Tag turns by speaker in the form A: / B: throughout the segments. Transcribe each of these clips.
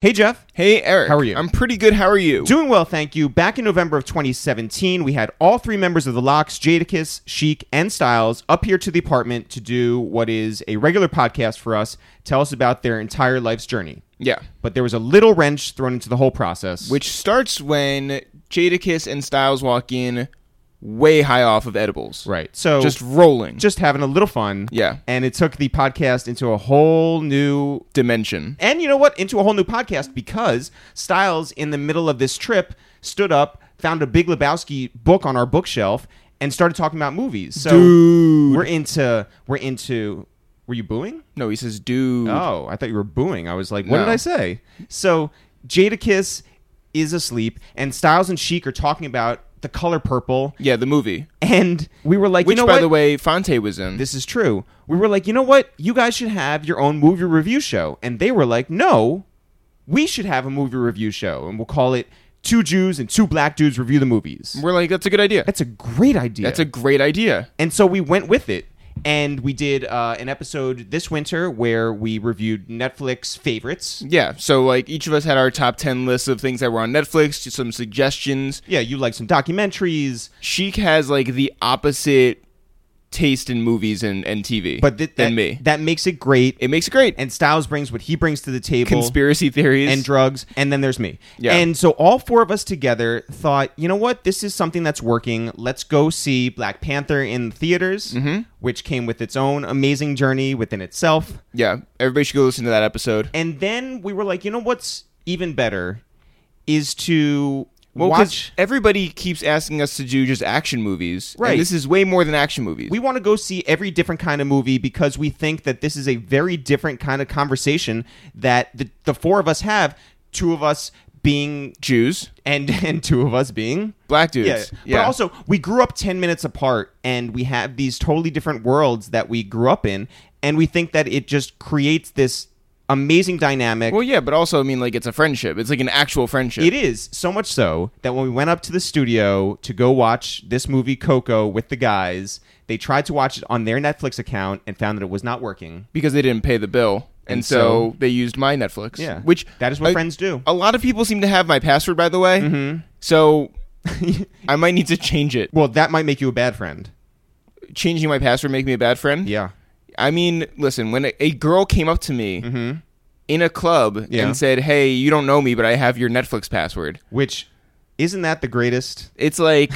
A: Hey, Jeff.
B: Hey, Eric.
A: How are you?
B: I'm pretty good. How are you?
A: Doing well, thank you. Back in November of 2017, we had all three members of the Locks, Jadakiss, Chic, and Styles, up here to the apartment to do what is a regular podcast for us, tell us about their entire life's journey.
B: yeah.
A: But there was a little wrench thrown into the whole process.
B: Which starts when Jadakiss and Styles walk in way high off of edibles.
A: right. So
B: Just rolling.
A: just having a little fun.
B: Yeah.
A: And it took the podcast into a whole new
B: dimension.
A: and you know what? Into a whole new podcast because Styles, in the middle of this trip, stood up, found a Big Lebowski book on our bookshelf, and started talking about movies. So
B: Dude.
A: we're into we're into. Were you booing?
B: No, he says, dude.
A: Oh, I thought you were booing. I was like, what
B: No.
A: did I say? So Jadakiss is asleep, and Styles and Chic are talking about the color purple,
B: Yeah, the movie.
A: and we were like,
B: Which,
A: you know
B: by
A: what?
B: the way, Fonte was in.
A: this is true. We were like, you know what? You guys should have your own movie review show. And they were like, no, we should have a movie review show. And we'll call it Two Jews and Two Black Dudes Review the Movies.
B: We're like, that's a good idea.
A: That's a great idea.
B: That's a great idea.
A: and so we went with it. And we did uh, an episode this winter where we reviewed Netflix favorites.
B: Yeah. So, like, each of us had our top 10 lists of things that were on Netflix, just some suggestions.
A: Yeah, you like some documentaries,
B: Sheik has, like, the opposite taste in movies and, and TV
A: but th- that,
B: than me.
A: that makes it great.
B: it makes it great.
A: And Styles brings what he brings to the table.
B: Conspiracy theories.
A: and drugs, and then there's me.
B: Yeah.
A: And so all four of us together thought, you know what, this is something that's working. Let's go see Black Panther in theaters,
B: Mm-hmm.
A: which came with its own amazing journey within itself.
B: yeah. Everybody should go listen to that episode.
A: And then we were like, you know what's even better is to
B: Well, 'cause
A: watch.
B: everybody keeps asking us to do just action movies. and
A: Right.
B: this is way more than action movies.
A: We want to go see every different kind of movie because we think that this is a very different kind of conversation that the, the four of us have. Two of us being
B: Jews,
A: and and two of us being
B: black dudes.
A: Yeah. But also, we grew up 10 minutes apart and we have these totally different worlds that we grew up in. And we think that it just creates this amazing dynamic.
B: Well, yeah, but also, I mean, like, it's a friendship. It's like an actual friendship.
A: it is so much so that when we went up to the studio to go watch this movie Coco with the guys, they tried to watch it on their Netflix account and found that it was not working.
B: because they didn't pay the bill. And,
A: And
B: so, they used my Netflix.
A: Yeah.
B: Which
A: That is what
B: I-
A: friends do.
B: A lot of people seem to have my password, by the way. Mm-hmm. So I might need to change it.
A: Well, that might make you a bad friend.
B: Changing my password make me a bad friend?
A: Yeah.
B: I mean, listen, when a, a girl came up to me in a club
A: Mm-hmm. Yeah.
B: and said, "Hey, you don't know me, but I have your Netflix password,"
A: Which isn't that the greatest?
B: it's like,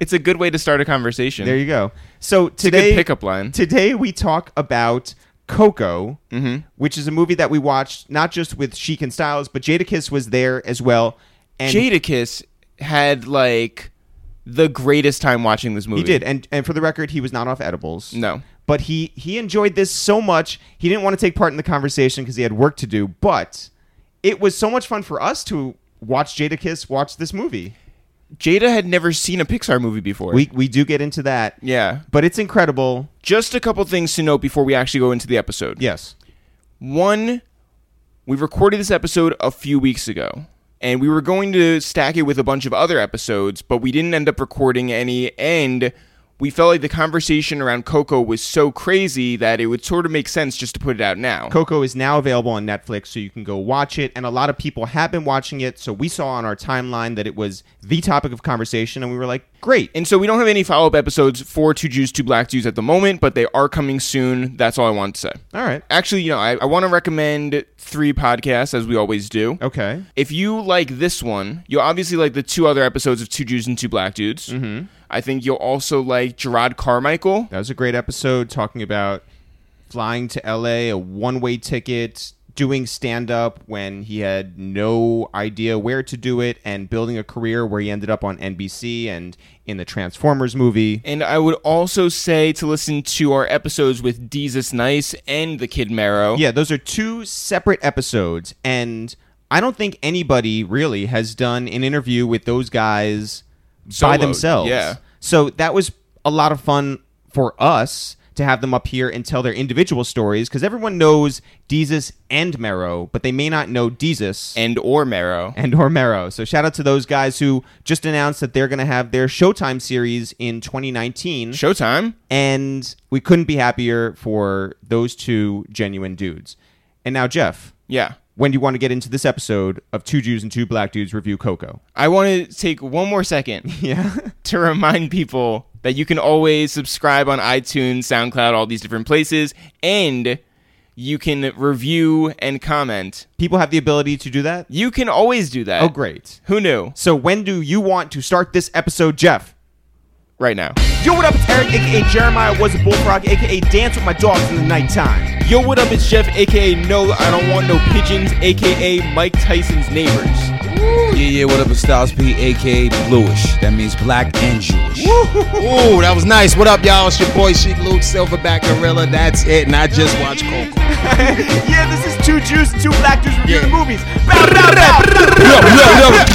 B: it's a good way to start a conversation.
A: There you go. So
B: it's a good
A: today,
B: pickup line.
A: Today we talk about Coco,
B: Mm-hmm.
A: which is a movie that we watched not just with Sheik and Styles, but Jadakiss was there as well. And
B: Jadakiss had like the greatest time watching this movie.
A: he did. And and for the record, he was not off edibles.
B: No.
A: But he he enjoyed this so much. He didn't want to take part in the conversation because he had work to do, but it was so much fun for us to watch Jadakiss watch this movie.
B: Jada had never seen a Pixar movie before.
A: We we do get into that.
B: yeah.
A: But it's incredible.
B: Just a couple things to note before we actually go into the episode.
A: Yes.
B: One, we recorded this episode a few weeks ago, and we were going to stack it with a bunch of other episodes, but we didn't end up recording any. And we felt like the conversation around Coco was so crazy that it would sort of make sense just to put it out now.
A: Coco is now available on Netflix, so you can go watch it. And a lot of people have been watching it, so we saw on our timeline that it was the topic of conversation, and we were like, great.
B: and so we don't have any follow up episodes for Two Jews, Two Black Jews at the moment, but they are coming soon. That's all I want to say.
A: All right.
B: Actually, you know, I, I want to recommend three podcasts as we always do.
A: Okay.
B: If you like this one, you'll obviously like the two other episodes of Two Jews and Two Black Dudes. Mm-hmm. I think you'll also like Gerard Carmichael.
A: That was a great episode talking about flying to LA, a one way ticket, doing stand up when he had no idea where to do it, and building a career where he ended up on NBC and in the Transformers movie.
B: And I would also say to listen to our episodes with Jesus Nice and the Kid Marrow.
A: Yeah, those are two separate episodes, and I don't think anybody really has done an interview with those guys by
B: Solo,
A: themselves.
B: yeah.
A: So that was a lot of fun for us to have them up here and tell their individual stories because everyone knows Jesus and Mero, but they may not know Jesus
B: and or Marrow.
A: and or Mero. So shout out to those guys who just announced that they're going to have their Showtime series in 2019
B: Showtime.
A: and we couldn't be happier for those two genuine dudes. And now, Jeff,
B: Yeah.
A: when do you want to get into this episode of Two Jews and Two Black Dudes Review Coco?
B: I want to take one more second
A: Yeah.
B: to remind people that you can always subscribe on iTunes, SoundCloud, all these different places, and you can review and comment.
A: People have the ability to do that?
B: You can always do that.
A: Oh, great.
B: Who knew?
A: So when do you want to start this episode, Jeff?
B: Right now.
A: Yo, what up? It's Eric, aka Jeremiah was a bullfrog, aka dance with my dogs in the nighttime.
B: Yo, what up? It's Jeff, aka No, I don't want no pigeons, aka Mike Tyson's neighbors.
C: Yeah, yeah, what up, it's Styles P, aka Bluish. That means black and Jewish. Ooh, that was nice. What up, y'all? It's your boy Sheik Luke, Silverback Gorilla. That's it, and I just watched Coco.
A: yeah, this is Two Jews and Two Black Dudes reviewing
C: Yeah.
A: movies. Bow, bow, bow.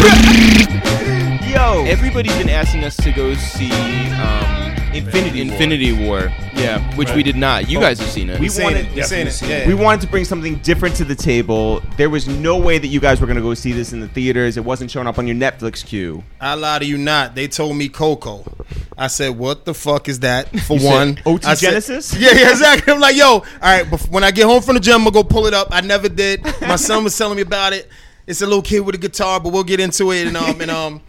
A: Yo.
B: Everybody's been asking us to go see um,
A: Infinity War.
B: Infinity War. Oh. Yeah, which we did not. You guys have seen it.
A: We
D: Seen
A: wanted,
D: it. Seen it. Yeah.
A: we wanted to bring something different to the table. There was no way that you guys were going to go see this in the theaters. It wasn't showing up on your Netflix queue.
D: I lie to you not. They told me Coco. I said, "What the fuck is that?" For
A: You said
D: one,
A: OT
D: I said-
A: Genesis?
D: yeah, yeah, exactly. I'm like, yo, all right. Bef- when I get home from the gym, I'm gonna go pull it up. I never did. My son was telling me about it. It's a little kid with a guitar, but we'll get into it. And um, and um,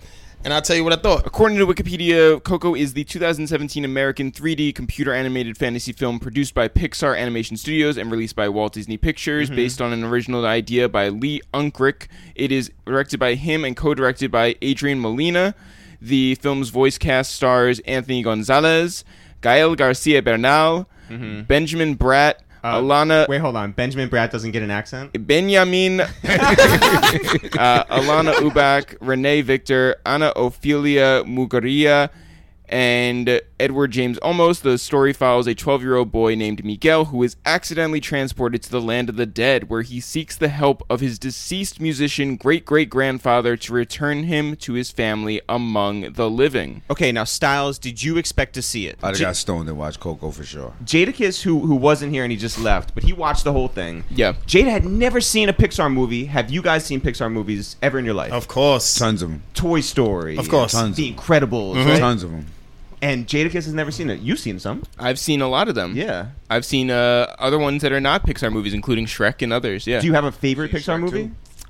D: and I'll tell you what I thought.
B: According to Wikipedia, Coco is the 2017 American 3D computer animated fantasy film produced by Pixar Animation Studios and released by Walt Disney Pictures, based on an original idea by Lee Unkrich. It is directed by him and co directed by Adrian Molina. The film's voice cast stars Anthony Gonzalez, Gael Garcia Bernal, Benjamin Bratt, Alana.
A: Wait, hold on. Benjamin Bratt doesn't get an accent?
B: Benjamin, uh, Alana Ubak, Renee Victor, Anna Ophelia Mugaria, and Edward James Almost. The story follows a 12 year old boy named Miguel who is accidentally transported to the land of the dead, where he seeks the help of his deceased musician great great grandfather to return him to his family among the living.
A: Okay, now, Styles, did you expect to see it?
C: I got stoned and watched Coco for sure.
A: Jadakiss, who who wasn't here and he just left, but he watched the whole thing.
B: Yeah.
A: Jada had never seen a Pixar movie. Have you guys seen Pixar movies ever in your life?
D: Of course,
C: Tons of them.
A: Toy Story,
D: Of course.
C: Tons
A: The Incredibles,
D: Mm-hmm.
A: right?
C: Tons of them.
A: and Jadakiss has never seen it. You've seen some,
B: I've seen a lot of them.
A: yeah.
B: I've seen uh, other ones that are not Pixar movies, including Shrek and others. Yeah.
A: Do you have a favorite Pixar
C: Shrek
A: movie?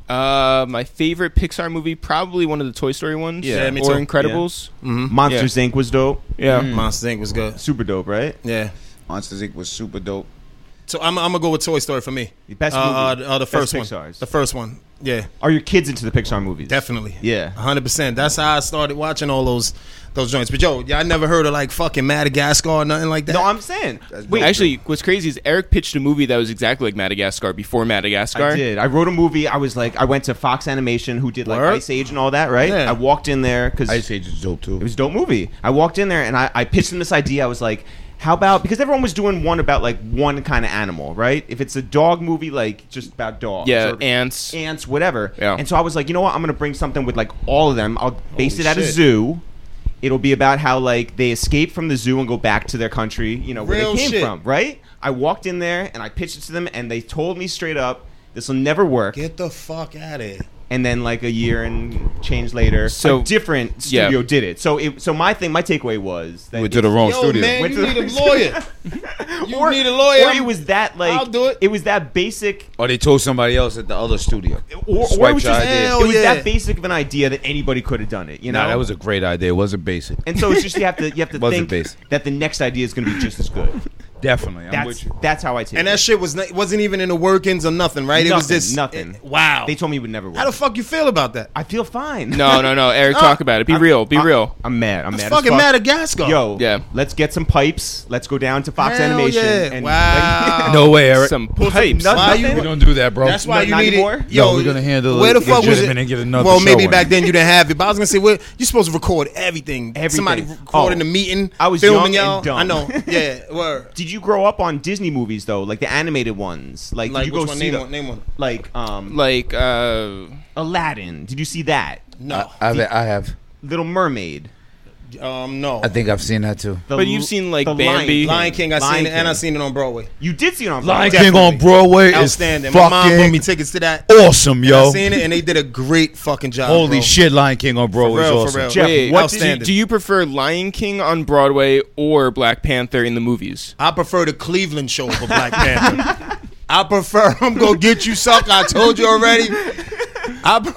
C: too.
B: Uh, my favorite Pixar movie, probably one of the Toy Story ones.
D: Yeah. Yeah, me
B: or
D: too.
B: Incredibles.
A: Monsters Inc. was dope, Mm.
B: Yeah.
D: Monster Inc was good.
A: super dope, right?
D: Yeah.
C: Monsters Inc. was super dope.
D: So I'm, I'm gonna go with Toy Story for me.
A: The best
D: Uh, uh,
A: movie.
D: uh, the
A: Best
D: first one.
A: Pixar's.
D: The first one. Yeah.
A: Are your kids into the Pixar movies?
D: Definitely.
A: Yeah.
D: hundred percent. That's how I started watching all those those joints. But yo, y'all never heard of like fucking Madagascar or nothing like that.
A: No, I'm saying. Wait,
B: Actually, what's crazy is Eric pitched a movie that was exactly like Madagascar before Madagascar.
A: I did. I wrote a movie. I was like, I went to Fox Animation, who did like
D: Word?
A: Ice Age and all that, right?
D: Yeah.
A: I walked in there because
C: Ice Age was dope too.
A: It was a dope movie. I walked in there and I, I pitched them this idea. I was like, how about because everyone was doing one about like one kind of animal, right? If it's a dog movie, like just about dogs.
B: Yeah,
A: or
B: ants.
A: Ants, whatever.
B: Yeah.
A: And so I was like, you know what? I'm gonna bring something with like all of them. I'll base
D: Holy
A: it at a
D: shit.
A: zoo. It'll be about how like they escape from the zoo and go back to their country, you know, where
D: Real
A: they came
D: shit.
A: from, right? I walked in there and I pitched it to them and they told me straight up, this will never work.
D: Get the fuck out of here.
A: and then like a year and change later,
B: So-
A: a different
B: yeah.
A: studio did it. So it, so my thing, my takeaway was that
C: Went to the wrong
D: Yo,
C: studio.
D: man,
A: Went
D: you
A: to
D: need
A: the-
D: a lawyer. You
A: Or-
D: need a lawyer.
A: or it was that like
D: I'll do it.
A: was that basic,
C: Or they told somebody else at the other studio.
A: or, or it
C: Swiped
A: was
C: your
A: just
C: idea.
D: Hell
A: it was
D: yeah.
A: that basic of an idea that anybody could have done it. You know,
C: Nah, that was a great idea. It wasn't basic.
A: and so it's just you have to you have to
C: Wasn't
A: think
C: basic.
A: that the next idea is going to be just as good.
C: Definitely. I'm
A: That's
C: with you.
A: that's how I take
D: and
A: it.
D: that shit was not, wasn't even in the workings or nothing, right? it was
A: Nothing,
D: just
A: nothing.
D: eh, wow.
A: they told me it would never work.
D: How the fuck you feel about that?
A: I feel fine.
B: No, no, no. Eric, talk about it. Be real. Be
A: I'm-
B: real.
A: I'm mad. I'm
D: It's
A: mad.
D: fucking
A: as fuck.
D: Madagascar.
A: Yo,
B: Yeah.
A: Let's get some pipes. Let's go down to Fox
D: Hell
A: Animation.
D: yeah.
A: And
D: Wow.
C: No way, Eric.
B: Some
A: Well, some
B: pipes.
A: nut-
D: Why you-
C: we don't do that, bro.
D: That's why
A: Not-
D: you
A: not
D: need
A: anymore?
D: it.
C: No, we're gonna handle
D: Where
C: it,
D: the
C: get
D: fuck was it?
C: judgment and get another
D: well, maybe
C: showing.
D: back then you didn't have it, but I was gonna say well, you're supposed to record everything. Somebody
A: Everything.
D: recording
A: Oh.
D: a meeting.
A: I was
D: filming
A: young
D: y'all.
A: and dumb.
D: I know. Yeah. Word.
A: Did you grow up on Disney movies though, like the animated ones? Like,
D: Like
A: did you
D: which
A: go
D: one?
A: see
D: Name
A: the-
D: one. Name one.
A: like um
B: like, uh,
A: Aladdin? Did you see that?
D: No.
C: I, I've- I have.
A: Little Mermaid.
D: Um. No.
C: I think I've seen that too.
A: The
B: But you've
A: l-
B: seen, like,
A: the
B: Bambi.
D: Lion King. I
A: Lion
D: seen it, and I
A: King.
D: seen it on Broadway.
A: You did see it on
C: Lion
A: Friday.
C: King on Broadway is
D: Outstanding. My mom bought me
C: fucking
D: tickets to that.
C: awesome, yo.
D: I seen it, and they did a great fucking job.
C: Holy
D: bro.
C: shit, Lion King on Broadway is
D: real, for
C: awesome.
D: real.
A: Jeff,
B: wait, oh,
A: what
B: do,
A: did you-
D: Outstanding.
B: do you prefer Lion King on Broadway or Black Panther in the movies?
D: I prefer the Cleveland show over Black Panther. I prefer I'm gonna get you sucker. I told you already. I, pre-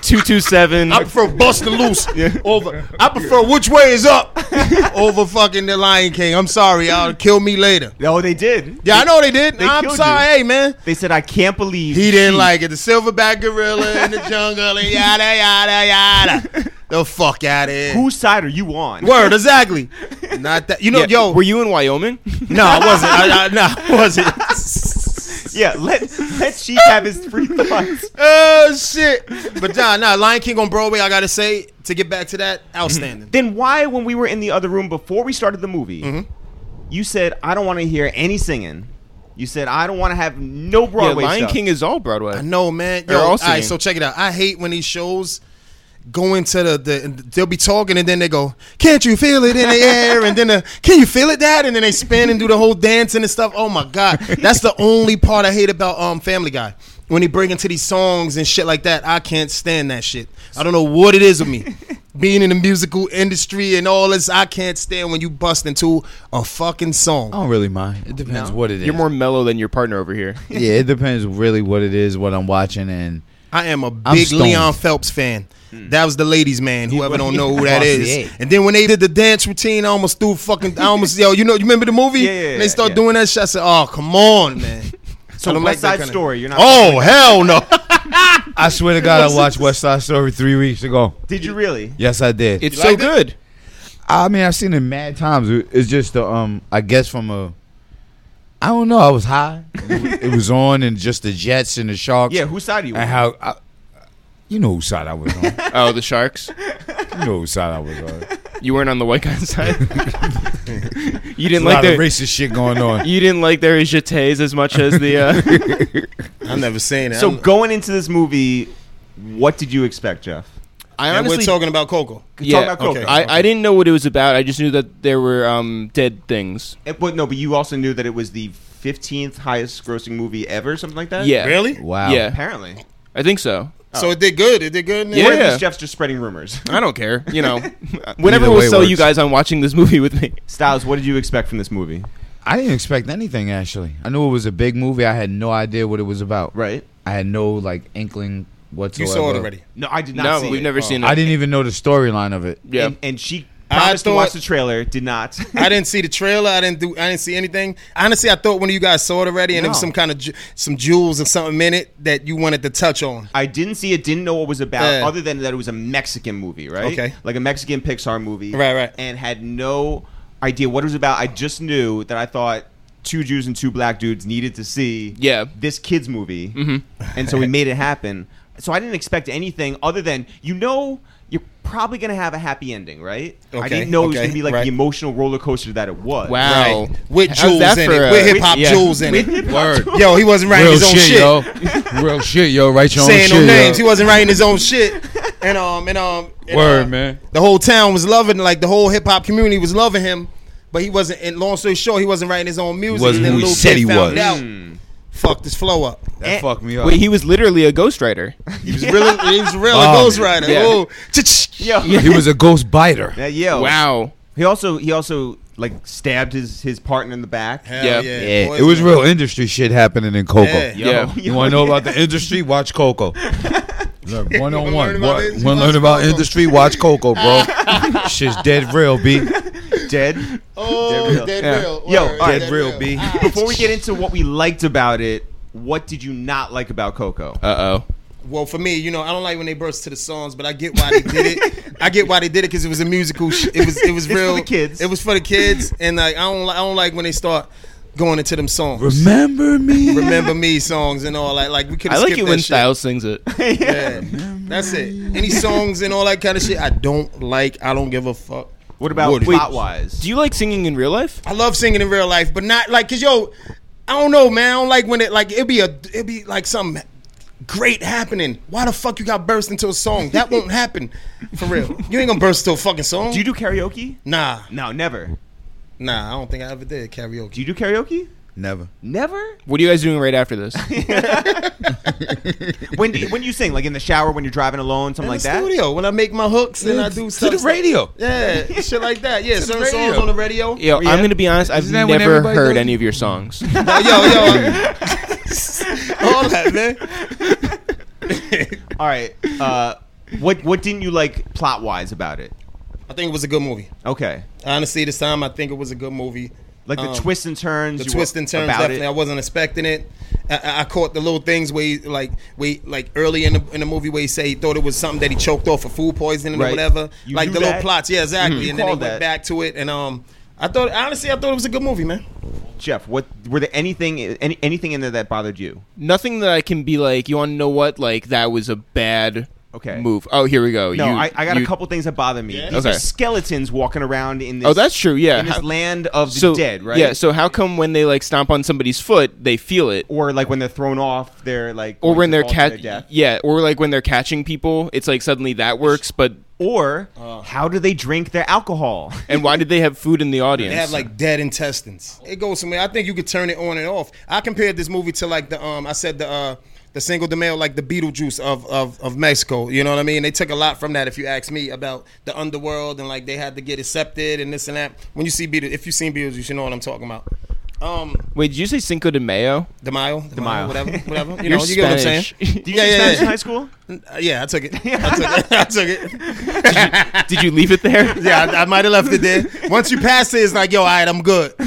B: Two two seven.
D: I prefer busting loose over. I prefer which way is up over fucking the Lion King. I'm sorry, y'all. Kill me later.
A: No, Oh, they did.
D: Yeah, I know they did.
A: They
D: I'm
A: killed
D: sorry,
A: you.
D: hey man.
A: They said, I can't believe
D: He didn't like it. The silverback gorilla in the jungle and yada yada yada. The fuck out of here.
A: Whose side are you on?
D: Word, exactly. Not that you know,
B: Yeah,
D: yo.
B: were you in Wyoming?
D: no, I wasn't. I, I, no, I wasn't.
A: Yeah, let let Sheik have his free thoughts.
D: Oh shit! But John, nah, Lion King on Broadway. I gotta say, to get back to that, outstanding.
A: Then why, when we were in the other room before we started the movie, you said I don't want to hear any singing. You said I don't want to have no
B: yeah,
A: Broadway
B: Lion
A: stuff."
B: King is all Broadway.
D: I know, man.
B: They're
D: Yo,
B: all
D: all right,
B: singing.
D: so check it out. I hate when these shows go into the, the and they'll be talking and then they go, "Can't you feel it in the air?" And then the, "Can you feel it, Dad?" And then they spin and do the whole dancing and stuff. Oh my god, that's the only part I hate about um Family Guy. When they bring into these songs and shit like that, I can't stand that shit. I don't know what it is with me. Being in the musical industry and all this, I can't stand when you bust into a fucking song.
C: I don't really mind. It depends what it is.
B: You're more mellow than your partner over here.
C: yeah, it depends really what it is, what I'm watching, and
D: I am a
C: I'm
D: big
C: stoned.
D: Leon Phelps fan. That was the ladies' man. Whoever don't know who that
C: Yeah.
D: is. And then when they did the dance routine, I almost threw fucking. I almost yo. You know, you remember the movie?
A: Yeah, yeah,
D: And they
A: yeah,
D: start
A: yeah.
D: doing that shit. I said, "Oh, come on, man."
A: So
D: I don't
A: West
D: like
A: Side
D: that kinda-
A: Story, you're not.
D: Oh hell no!
C: I swear to God, I watched West Side Story three weeks ago.
A: did you really?
C: Yes, I did.
B: It's
D: You
B: so
D: liked it?
B: good.
C: I mean, I've seen it mad times. It- It's just the um, I guess from a, I don't know. I was high. it was on, and just the Jets and the Sharks.
A: Yeah, whose side are you
C: and
A: on?
C: how I, you know whose side I was on. you
B: Oh, the Sharks.
C: know whose side I was on.
B: You weren't on the white guy's side. you
C: There's
B: didn't
C: a
B: like
C: lot of
B: their
C: racist shit going on.
B: you didn't like their jetés as much as the. Uh,
D: I never seen it.
A: So
D: I'm-
A: going into this movie, what did you expect, Jeff?
B: I
D: and
B: honestly
D: we're talking about Coco.
B: yeah.
A: about Coco.
D: okay.
B: I, I didn't know what it was about. I just knew that there were um, dead things.
A: Eh, but no, but you also knew that it was the 15th highest grossing movie ever, something like that.
B: Yeah.
D: Really?
C: Wow.
B: Yeah.
A: apparently.
B: I think so.
D: So it did good. It did good.
B: Yeah.
A: Or at least Jeff's just spreading rumors.
B: I don't care. You know, whenever
C: Either
B: we'll
C: way
B: sell you
C: works.
B: guys on watching this movie with me.
A: Styles, what did you expect from this movie?
C: I didn't expect anything actually. I knew it was a big movie. I had no idea what it was about.
A: Right.
C: I had no like inkling
D: You
C: whatsoever.
D: saw it already.
A: No, I did not.
B: No,
A: see
B: we've
A: it. Oh.
B: never seen it.
C: I didn't even know the storyline of it.
B: Yeah.
A: And, and she
D: I
A: promised to
D: thought-
A: watch the trailer, did not.
D: I didn't see the trailer. I didn't do. I didn't see anything. Honestly, I thought one of you guys saw it already, and there was
A: No.
D: some kind of ju- some jewels or something in it that you wanted to touch on.
A: I didn't see it, didn't know what it was about,
B: Eh.
D: Yeah.
A: other than that it was a Mexican movie, right?
D: Okay.
A: Like a Mexican Pixar movie.
D: Right, right.
A: And had no idea what it was about. I just knew that I thought two Jews and two black dudes needed to see
B: Yeah. Mm-hmm.
A: this kid's movie. And so we made it happen. So I didn't expect anything other than, you know, you're probably going to have a happy ending, right? I
D: Okay,
A: didn't know it was
D: okay,
A: going to be like
D: right.
A: the emotional roller coaster that it was.
B: Wow.
D: Right. With
B: How's
D: jewels
B: that
D: in
B: for
D: it.
B: a-
D: With hip hop
B: yeah.
D: jewels in it.
C: Word.
D: Yo, he wasn't writing
C: Real
D: his own
C: shit,
D: shit.
C: yo. Real shit, yo. Write your
D: Saying
C: own shit.
D: no names. He
C: Yo.
D: wasn't writing his own shit. And um and um and,
C: Word,
D: um,
C: man.
D: The whole town was loving like the whole hip hop community was loving him. But he wasn't and long story short, he wasn't writing his own music.
C: Wasn't
D: and then
C: who he
D: Lil
C: said
D: Kid
C: he
D: found
C: was.
D: out, Fucked his flow up.
C: That fucked me up.
B: Wait, he was literally a ghostwriter.
D: He was really he was real a
C: Oh,
D: ghostwriter.
B: yeah.
D: Oh,
A: Yo.
C: He was a ghost biter.
A: Yeah, yo.
B: Wow.
A: He also he also like stabbed his his partner in the back.
D: Hell
B: Yeah.
C: Yeah,
D: boys,
C: it was
D: man.
C: real industry shit happening in Coco.
D: Yeah.
A: Yo,
B: Yeah.
C: You
A: yo,
C: want to know
A: yeah.
C: about the industry? Watch Coco. Look, one on
D: Learn
C: one.
D: about the
C: Want
D: industry,
C: to
D: watch
C: learn about
D: Coco.
C: industry? Watch Coco, bro. Shit's dead real, B.
A: dead?
D: Oh, dead
B: Yeah.
D: real. Ah.
A: Yo,
D: Word,
A: all right.
C: Dead real, B.
A: Before we get into what we liked about it, what did you not like about Coco?
B: Uh oh.
D: Well, for me, you know, I don't like when they burst to the songs, but I get why they did it. I get why they did it because it was a musical. Sh- it was it was
A: It's for
D: real.
A: the kids.
D: It was for the kids, and like I don't li- I don't like when they start going into them songs.
C: Remember me.
D: Remember me songs and all that. Like we could.
B: I like
D: skipped
B: it
D: that
B: when
D: shit.
B: Styles sings it.
D: Yeah, that's it. Any songs and all that kind of shit. I don't like. I don't give a fuck.
A: What about
D: Woody.
A: plot wise?
B: Do you like singing in real life?
D: I love singing in real life, but not like cause yo, I don't know, man. I don't like when it like it be a it be like something great happening. Why the fuck you got burst into a song? That won't happen. For real. You ain't gonna burst into a fucking song.
A: do you do karaoke?
D: nah.
A: No, never.
D: Nah, I don't think I ever did
A: Do
D: karaoke.
A: you do karaoke?
C: Never.
A: Never.
B: What are you guys doing right after this?
A: When do you, when you sing, like in the shower, when you're driving alone, something
D: in
A: like
D: the
A: that.
D: studio when I make my hooks and I do
C: to
D: stuff.
C: the radio.
D: Yeah, shit like that. Yeah, certain
C: radio.
D: songs on the radio.
B: Yo, I'm gonna be honest. I've
C: Isn't that when
B: never
C: everybody
B: heard
C: does-
B: any of your songs.
D: Yo, yo, yo. all that man.
A: All right. Uh, what what didn't you like plot wise about it?
D: I think it was a good movie.
A: Okay,
D: Honestly, this time I think it was a good movie.
A: like the
D: Um,
A: twists and turns.
D: the
A: you
D: twists
A: were-
D: and turns.
A: about
D: Definitely, I
A: It.
D: wasn't expecting it. I- I, I caught the little things where, he, like, where, like early in the, in the movie, where he say he thought it was something that he choked off for food poisoning
A: Right.
D: or whatever.
A: You
D: like
A: knew
D: the little
A: that. Mm-hmm.
D: plots, yeah, exactly.
A: You
D: And then they
A: called
D: went
A: that.
D: back to it, and um, I thought honestly, I thought it was a good movie, man.
A: Jeff, what were there anything any, anything in there that bothered you?
B: Nothing that I can be like. You want to know what? Like that was a bad
A: Okay.
B: move. Oh, here we go.
A: No,
B: You-
A: I, I got
B: you-
A: a couple things that bother me.
D: Yeah?
A: These
B: Okay.
A: are skeletons walking around in this.
B: Oh, that's true. Yeah.
A: in this
B: How-
A: land of the
B: so
A: dead, right?
B: Yeah. So how come when they like stomp on somebody's foot, they feel it?
A: or like when they're thrown off, they're like,
B: Or
A: going
B: when
A: to
B: they're
A: fall to their
B: cat,
A: death.
B: yeah, or like when they're catching people, it's like suddenly that works. But
A: Or
D: Oh.
A: how do they drink their alcohol?
B: and why did they have food in the audience?
D: They have like dead intestines. It goes somewhere. I think you could turn it on and off. I compared this movie to like the um. I said the uh the single de Mayo, like the Beetlejuice of, of of Mexico. You know what I mean? They took a lot from that. If you ask me about the underworld and like they had to get accepted and this and that. When you see Beetle, if you seen Beetlejuice, you know what I'm talking about. Um,
B: Wait, did you say Cinco de Mayo?
D: de Mayo, de
A: Mayo.
D: whatever, whatever. You
B: You're
D: know, you get what I'm saying?
B: Spanish.
A: Did you
D: Yeah,
A: yeah,
D: yeah,
A: Spanish
D: yeah.
A: in high school?
D: Uh, yeah, I took it. I took it. I took it.
B: did you leave it there?
D: Yeah, I, I might have left it there. Once you pass it, it's like, yo, all right, I'm good.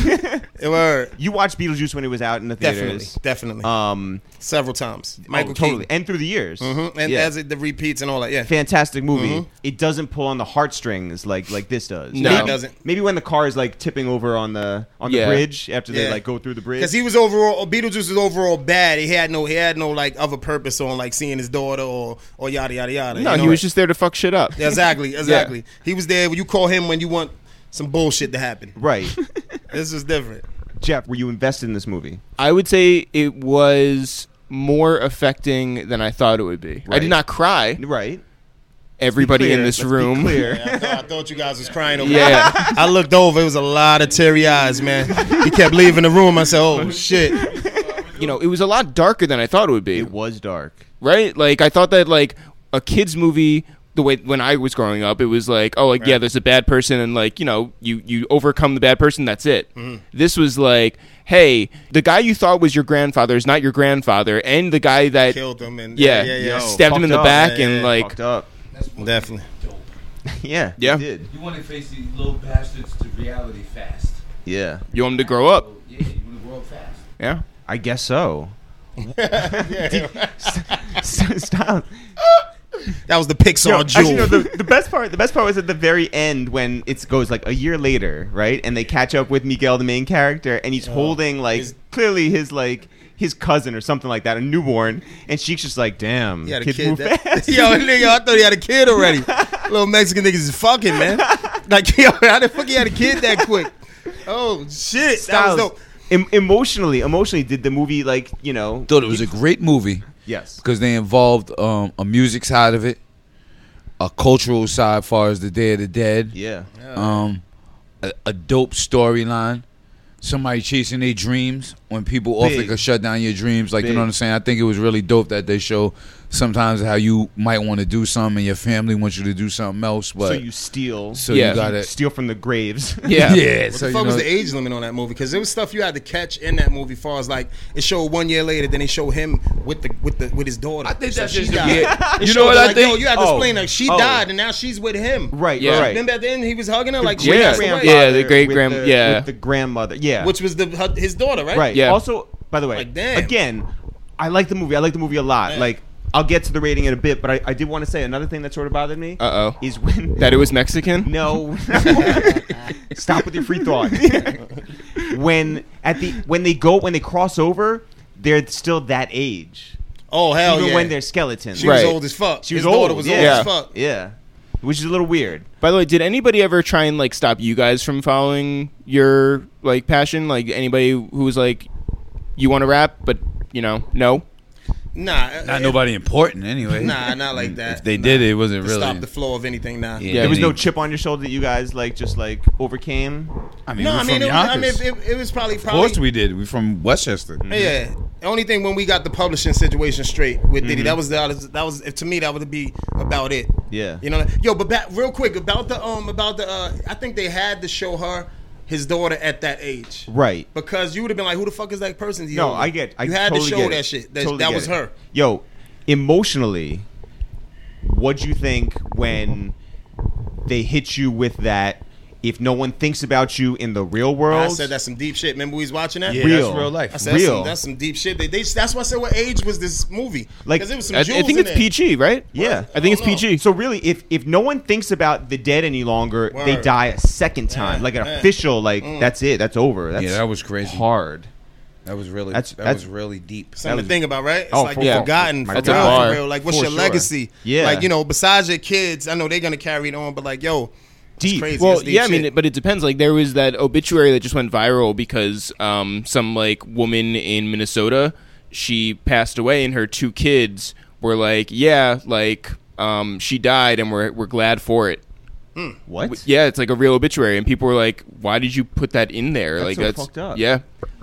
D: Word.
A: You watched Beetlejuice when it was out in the
D: Definitely,
A: theaters.
D: definitely.
A: Um,
D: Several
B: Oh,
D: times.
A: Michael
D: Michael
A: totally,
D: Keaton.
A: and through the years,
D: Mhm, And
A: Yeah.
D: as Mm-hmm. it, the repeats and all that, yeah.
A: fantastic movie. It doesn't pull on the heartstrings like like this does.
B: No.
A: Maybe-
B: It
D: doesn't.
A: Maybe when the car is like tipping over on the on the
B: Yeah.
A: bridge after they
D: Yeah.
A: like go through the bridge.
D: Because he was overall, Beetlejuice was overall bad. He had no, he had no like other purpose on like seeing his daughter or or yada yada yada.
B: No,
D: you know?
B: he was just there to fuck shit up.
D: Yeah, exactly, exactly. He was there when you call him when you want some bullshit to happen.
A: right,
D: This is different.
A: Jeff, were you invested in this movie?
B: I would say it was more affecting than I thought it would be. I
A: Right.
B: did not cry.
A: Right.
B: Everybody
A: Clear.
B: in this
A: Let's be
B: room.
A: clear.
D: I thought, I thought you guys was crying over. there.
B: Yeah.
D: I looked over. It was a lot of teary eyes, man. He kept leaving the room. I said, "Oh shit."
B: you know, it was a lot darker than I thought it would be.
A: It was dark.
B: right? Like I thought that like a kids movie the way when I was growing up, it was like, oh, like yeah, there's a bad person, and like you know, you you overcome the bad person. That's it. This was like, hey, the guy you thought was your grandfather is not your grandfather, and the guy that
D: Killed him and
B: yeah,
D: yeah,
A: Yo,
D: yeah.
B: stabbed him in
A: fucked
B: the
A: up,
B: back,
D: yeah,
B: and
D: yeah,
B: like
A: Fucked up.
D: Definitely.
A: Yeah. it
B: Yeah.
A: Did.
E: You want to face these little bastards to reality fast.
A: Yeah.
B: you want him to grow up.
E: Yeah, you want to grow up fast.
B: Yeah,
A: I guess so. Stop.
D: That was the Pixar
A: Yo,
D: jewel.
A: actually, no, the, the best part. The best part was at the very end when it goes like a year later, right? And they catch up with Miguel, the main character, and he's holding like
D: his-
A: clearly his like his cousin or something like that, a newborn, and she's just like, "Damn,
D: He had a
A: kids
D: kid.
A: move
D: that-
A: fast."
D: yo, nigga, I thought he had a kid already. Little Mexican niggas is fucking, man. Like, yo, how the fuck he had a kid that quick? Oh shit,
A: Styles,
D: that was dope.
A: em- emotionally, emotionally, did the movie like you know?
C: Thought it was a great movie
A: yes.
C: because they involved um, a music side of it, a cultural side, far as the Day of the Dead.
A: Yeah.
C: um, a, a dope storyline. Somebody chasing their dreams when people often
A: Big.
C: could shut down your dreams. Like you
A: Big.
C: know what I'm saying. I think it was really dope that they show sometimes how you might want to do something and your family wants you to do something else. But
A: so you steal.
C: so
B: Yeah.
C: you got it.
A: steal from the graves.
B: yeah,
D: What
C: so
D: the
C: you
D: fuck was
C: know-
D: the age limit on that movie? Because there was stuff you had to catch in that movie. Far as like it showed one year later, then they showowed him with the with the with his daughter. I
C: think that's
D: she
C: just the-
D: died.
C: yeah.
D: It
C: You know
D: showed,
C: what I
D: like,
C: think?
D: Yo, you had to
A: Oh.
D: explain like she
A: Oh.
D: died and now she's with him.
A: right.
B: Yeah.
A: Right.
D: Remember at the end he was hugging her like she
B: Yeah.
D: passed away,
B: Yeah, the great
A: With
B: grand-
A: the-
B: yeah.
A: with the grandmother. Yeah.
D: which was the her, his daughter, right?
A: Right.
B: Yeah.
A: Also, by the way,
D: Like, damn.
A: again, I like the movie. I like the movie a lot.
D: Yeah.
A: Like, I'll get to the rating in a bit, but I, I did want to say another thing that sort of bothered me.
B: Uh-oh.
A: Is when
B: Uh, that it was Mexican.
A: no. Stop with your free thought. when at the when they go when they cross over, they're still that age,
D: Oh hell
A: even
D: yeah.
A: when they're skeletons.
D: she
B: Right.
D: was old as fuck.
A: She was
D: his daughter
A: old.
D: was
A: yeah.
D: old
B: yeah.
D: as fuck.
A: Yeah. Which is a little weird.
B: By the way, did anybody ever try and like stop you guys from following your like passion? Like anybody who was like, you want to rap, but you know, no.
D: Nah,
F: Not
D: it-
F: nobody important anyway.
D: Nah, not like that.
F: If they
D: Nah.
F: did, it wasn't really.
D: Stop the flow of anything now.
F: Yeah,
A: there was
F: they-
A: no chip on your shoulder that you guys like just like overcame.
F: I mean,
D: No,
F: we're
D: I mean,
F: from
D: it was, I mean,
F: Yonkers.
D: it, it was probably
F: of
D: probably.
F: course we did. We're from Westchester.
D: Yeah. The only thing when we got the publishing situation straight with Diddy,
A: Mm-hmm.
D: that was the, that was to me that would be about it.
A: Yeah.
D: You know, yo, but back, real quick about the um about the uh, I think they had to show her his daughter at that age.
A: Right.
D: Because you would have been like, who the fuck is that person?
A: No, I get. I
D: you had
A: totally
D: to show
A: get it.
D: that shit. That,
A: Totally
D: that
A: get
D: was
A: it.
D: her.
A: Yo, emotionally, what'd you think when they hit you with that? If no one thinks about you in the real world,
D: I said that's some deep shit. Remember we was watching that?
F: Yeah,
A: Real.
F: that's real life.
D: I said, That's,
A: real.
D: some, that's some deep shit. They, they, that's why I said what age was this movie?
A: Like,
D: Because it was some
B: I, I
D: jewels
B: think
D: in
B: it's
D: there.
B: PG, right?
A: Yeah.
B: I think it's
D: I don't know.
B: PG.
A: So really, if if no one thinks about the dead any longer, they
D: Word. Mm.
A: die a second time, like an
D: yeah.
A: official. Like that's it. That's over. That's
F: Yeah, that was crazy.
A: Hard.
F: That was really.
A: That's-
F: that
A: that's-
F: was really deep.
D: Something
A: was-
D: to think about, right? It's
A: Oh,
D: like
A: for-
D: you've
A: yeah.
D: forgotten.
A: My
D: for
A: God.
D: real,
B: That's a
D: for
B: bar.
D: real. Like, what's
A: For
D: your
A: sure.
D: legacy?
A: Yeah.
D: Like, you know, besides your kids, I know they're going to carry it on, but like, yo,
A: Deep.
D: crazy.
B: Well,
D: It's deep
B: yeah, I
D: shit.
B: mean, it- but it depends. Like, there was that obituary that just went viral because um, some like woman in Minnesota, she passed away, and her two kids were like, "Yeah, like um, she died, and we're we're glad for it."
A: What?
B: W- Yeah, it's like a real obituary, and people were like, "Why did you put that in there?"
A: That's
B: like,
A: so
B: that's
A: fucked up.
B: yeah.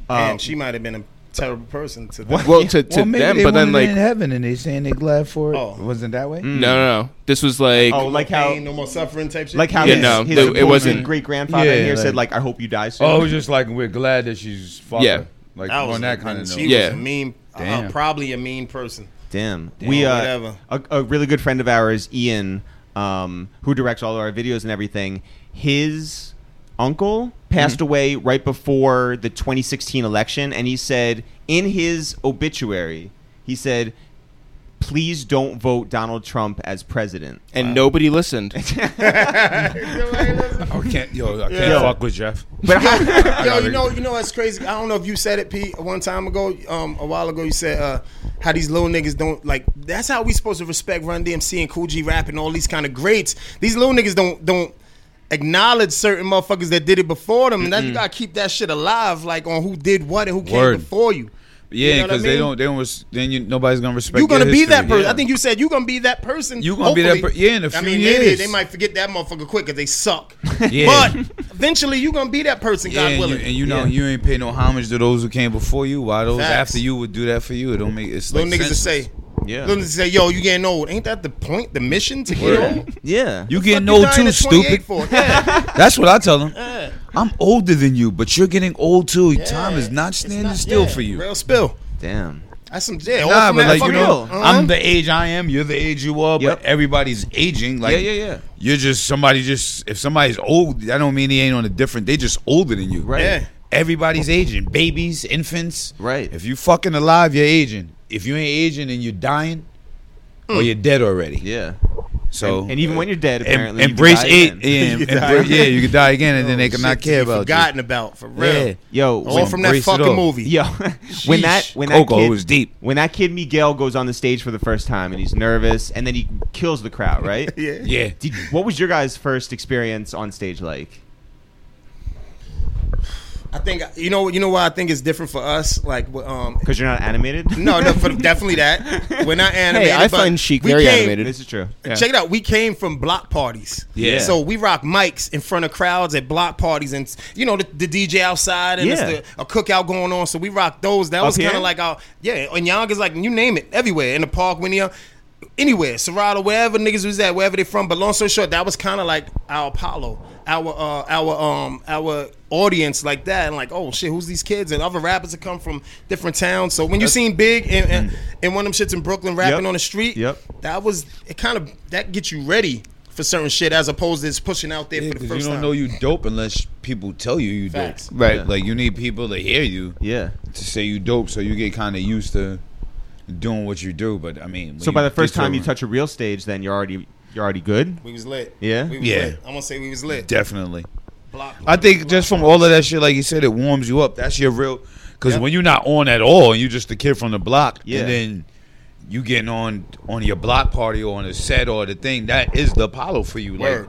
A: um,
D: and she might have been a terrible person to them.
B: Well, to, to
G: well, maybe
B: them,
G: they
B: but then
G: wanted it
B: like,
G: in
B: no,
G: heaven, and they saying they glad for it.
D: Oh.
G: Wasn't that way?
F: Mm.
B: no, no. This was like,
A: oh, like how
D: Pain, no more suffering type shit.
A: like how
B: Yeah,
A: his,
B: no,
A: his
B: it- it
A: supposed
B: wasn't-
A: great grandfather
G: Yeah,
A: here
G: like-
A: said like I hope you die soon.
F: Oh, it was just like we're glad that she's father.
B: Yeah.
F: Like
D: That was
F: on that kind of note.
D: She
B: Yeah.
D: was a mean, uh,
F: Damn.
D: probably a mean person.
A: Damn. We uh,
D: whatever.
A: A, a really good friend of ours, Ian, um, who directs all of our videos and everything. His uncle passed away right before the 2016 election, and he said in his obituary, he said, "Please don't vote Donald Trump as president."
B: and nobody listened.
G: Oh,
F: I can't, yo, I can't
A: Yo.
F: fuck with Jeff.
A: But how,
D: Yo, you know, you know what's crazy? I don't know if you said it, Pete, one time ago, um, a while ago. You said uh, how these little niggas don't like. That's how we supposed to respect Run DMC and Cool G Rap and all these kind of greats. These little niggas don't don't acknowledge certain motherfuckers that did it before them, and that you gotta keep that shit alive, like on who did what and who came
F: Word.
D: before you. You
F: Yeah,
D: know what I
F: because they
D: mean?
F: don't, they don't, res- then you, nobody's gonna respect.
D: You gonna
F: your
D: be
F: history.
D: that person.
F: Yeah.
D: I think you said you gonna be that person.
F: You gonna be that
D: hopefully.
F: per- yeah, in a
D: I
F: few
D: mean, They,
F: years.
D: they might forget that motherfucker quick because they suck.
F: Yeah.
D: But eventually, you gonna be that person,
F: Yeah,
D: God
F: and you,
D: willing.
F: and you know you ain't pay no homage to those who came before you. Why those
D: Facts.
F: after you would do that for you? It don't make it's
D: little
F: like
D: niggas to
F: senseless.
D: say.
A: yeah,
D: Little niggas say, "Yo, you getting old? Ain't that the point? The mission to get
F: Word.
D: old?
A: yeah.
F: you
D: Fuck
F: getting
D: you
F: old
D: dying
F: too,
D: at 28
F: stupid.
D: for it. Yeah,
F: That's what I tell them. I'm older than you, but you're getting old too. Time is not
D: It's
F: standing
D: not-
F: still
D: yeah,
F: for you.
D: Real spill.
A: Damn.
D: That's some yeah.
F: Nah,
D: all from
F: but
D: that
F: like you
D: fucking
F: know,
D: old.
F: I'm the age I am. You're the age you are.
A: Uh-huh. Yep.
F: But everybody's aging. Like
A: yeah, yeah.
F: You're just somebody. Just if somebody's old, I don't mean he ain't on a different. They just older than you. Right.
D: Yeah.
F: Everybody's aging. Babies, infants.
A: Right.
F: If you fucking alive, you're aging. If you ain't aging and you're dying, or you're dead already.
A: Hmm. Yeah.
F: So
A: And even when you're dead,
F: em-
A: apparently you can
F: embrace
A: die Oh,
F: it.
A: again.
F: Yeah, em- embrace- yeah, you could die again, and then they could not care about
D: forgotten about for
F: you.
D: real.
F: Yeah.
A: Yo,
D: All
A: when-
D: from that
F: Embrace it
D: fucking
F: all.
D: movie.
A: Yo, when that when that
F: Coco
A: kid,
F: was deep.
A: When that kid Miguel goes on the stage for the first time and he's nervous, and then he kills the crowd, right?
D: Yeah.
F: Yeah.
A: Did, what was your guys' first experience on stage like?
D: I think you know. You know why I think it's different for us. Like um,
A: Because you're not animated.
D: no, no, for, definitely that. We're not animated.
B: I
D: but
B: find Chic
D: we
B: very
D: came-
B: animated.
A: this is true.
D: Check it out. We came from block parties.
F: Yeah.
D: So we rock mics in front of crowds at block parties, and you know the, the DJ outside, and it's
A: Yeah.
D: the, a cookout going on. So we rock those. That was
A: here?
D: kind of like our yeah. And Yonkers, like you name it, everywhere in the park, when you anywhere, Serrata, wherever niggas was at, wherever they from. But long story short, that was kind of like our Apollo, our uh, our um our audience like that, and like oh shit, who's these kids? And other rappers that come from different towns. So when you seen Big and, and, and one of them shits in Brooklyn rapping
A: Mm. Yep.
D: on the street,
A: Yep.
D: that was it. Kind of that gets you ready for certain shit as opposed to just pushing out there
F: Yeah,
D: for the
F: 'cause
D: first
F: you don't
D: time.
F: know you dope unless people tell you you
D: Facts.
F: dope.
B: Right.
F: Like you need people to hear you
A: Yeah.
F: to say you dope, so you get kind of used to doing what you do. But I mean, when
A: So by the first
F: get to
A: time
F: a-
A: you touch a real stage, then you're already you're already good.
D: we was lit.
A: Yeah?
D: we was
F: Yeah.
D: Lit. I'm gonna say we was lit.
F: definitely.
D: Block.
F: I think just from all of that shit, like you said, it warms you up. That's your real. Because when you're not on at all, and you're just a kid from the block,
A: Yeah.
F: and then you getting on on your block party or on a set or the thing, that is the Apollo for you. Like
D: Word.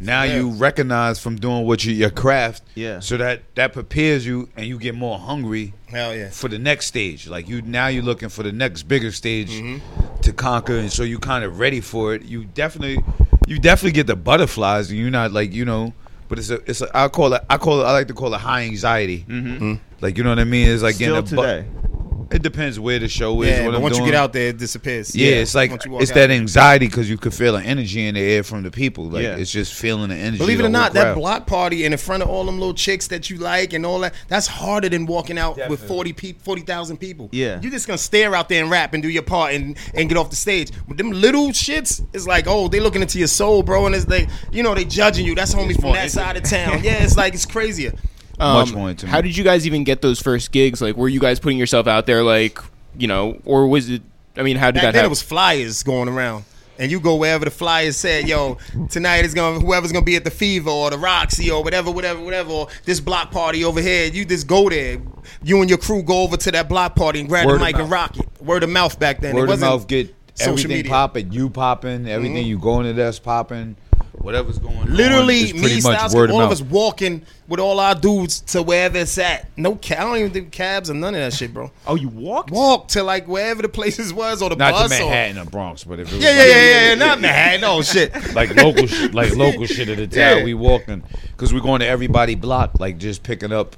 F: Now you recognize from doing what you, your craft,
A: Yeah.
F: So that that prepares you, and you get more hungry
D: Hell yeah.
F: for the next stage. Like you now, you're looking for the next bigger stage
D: Mm-hmm.
F: to conquer, and so you kind of ready for it. You definitely, you definitely get the butterflies, and you're not like you know. But it's a, it's a, I call it, I call it, I like to call it high anxiety. Mm-hmm. Like you know what I mean? It's like
A: Still
F: getting a bu-
A: today.
F: It depends where the show is.
D: Yeah,
F: what
D: but
F: I'm
D: once you
F: doing.
D: get out there, it disappears.
F: Yeah, it's like
D: Once you walk
F: it's
D: out.
F: that anxiety because you could feel the energy in the air from the people. Like
A: Yeah.
F: it's just feeling the energy.
D: Believe it
F: of
D: or
F: the
D: not,
F: whole
D: that
F: crowd.
D: block party and in front of all them little chicks that you like and all that, that's harder than walking out with 40 pe- 40,000 people.
A: Yeah.
D: You're just going to stare out there and rap and do your part and, and get off the stage. But them little shits, it's like, oh, they looking into your soul, bro. And it's like, you know, they judging you. That's homie from that side of town. Yeah, it's like, it's crazier. um,
F: Much more intimate.
B: How did you guys even get those first gigs? Like, were you guys putting yourself out there, like, you know, or was it? I mean, how did
D: Back
B: that
D: then,
B: happen?
D: it was flyers going around. And you go wherever the flyers said, yo, tonight is gonna whoever's gonna be at the Fever or the Roxy or whatever, whatever, whatever, or this block party over here. You just go there. You and your crew go over to that block party and grab
F: Word of
D: the mic and
F: mouth.
D: rock it. Word of mouth back then. it
F: word of
D: wasn't
F: mouth get
D: social
F: everything
D: media. Mm-hmm.
F: popping, you popping, everything you going to that's popping, whatever's going on.
D: Literally,
F: is pretty
D: me,
F: much
D: Styles, all
F: word
D: of
F: of mouth.
D: us walking with all our dudes to wherever it's at. No cab, I don't even do cabs or none of that shit, bro.
A: Oh, you walked?
D: Walk to like wherever the places was or the
F: not to
D: bus or
F: Manhattan or Bronx, but if it was
D: yeah, yeah,
F: like,
D: yeah, yeah, yeah, not Manhattan. No shit.
F: like local, sh- like local shit of the town,
D: Yeah.
F: we walking because we're going to everybody block, like just picking up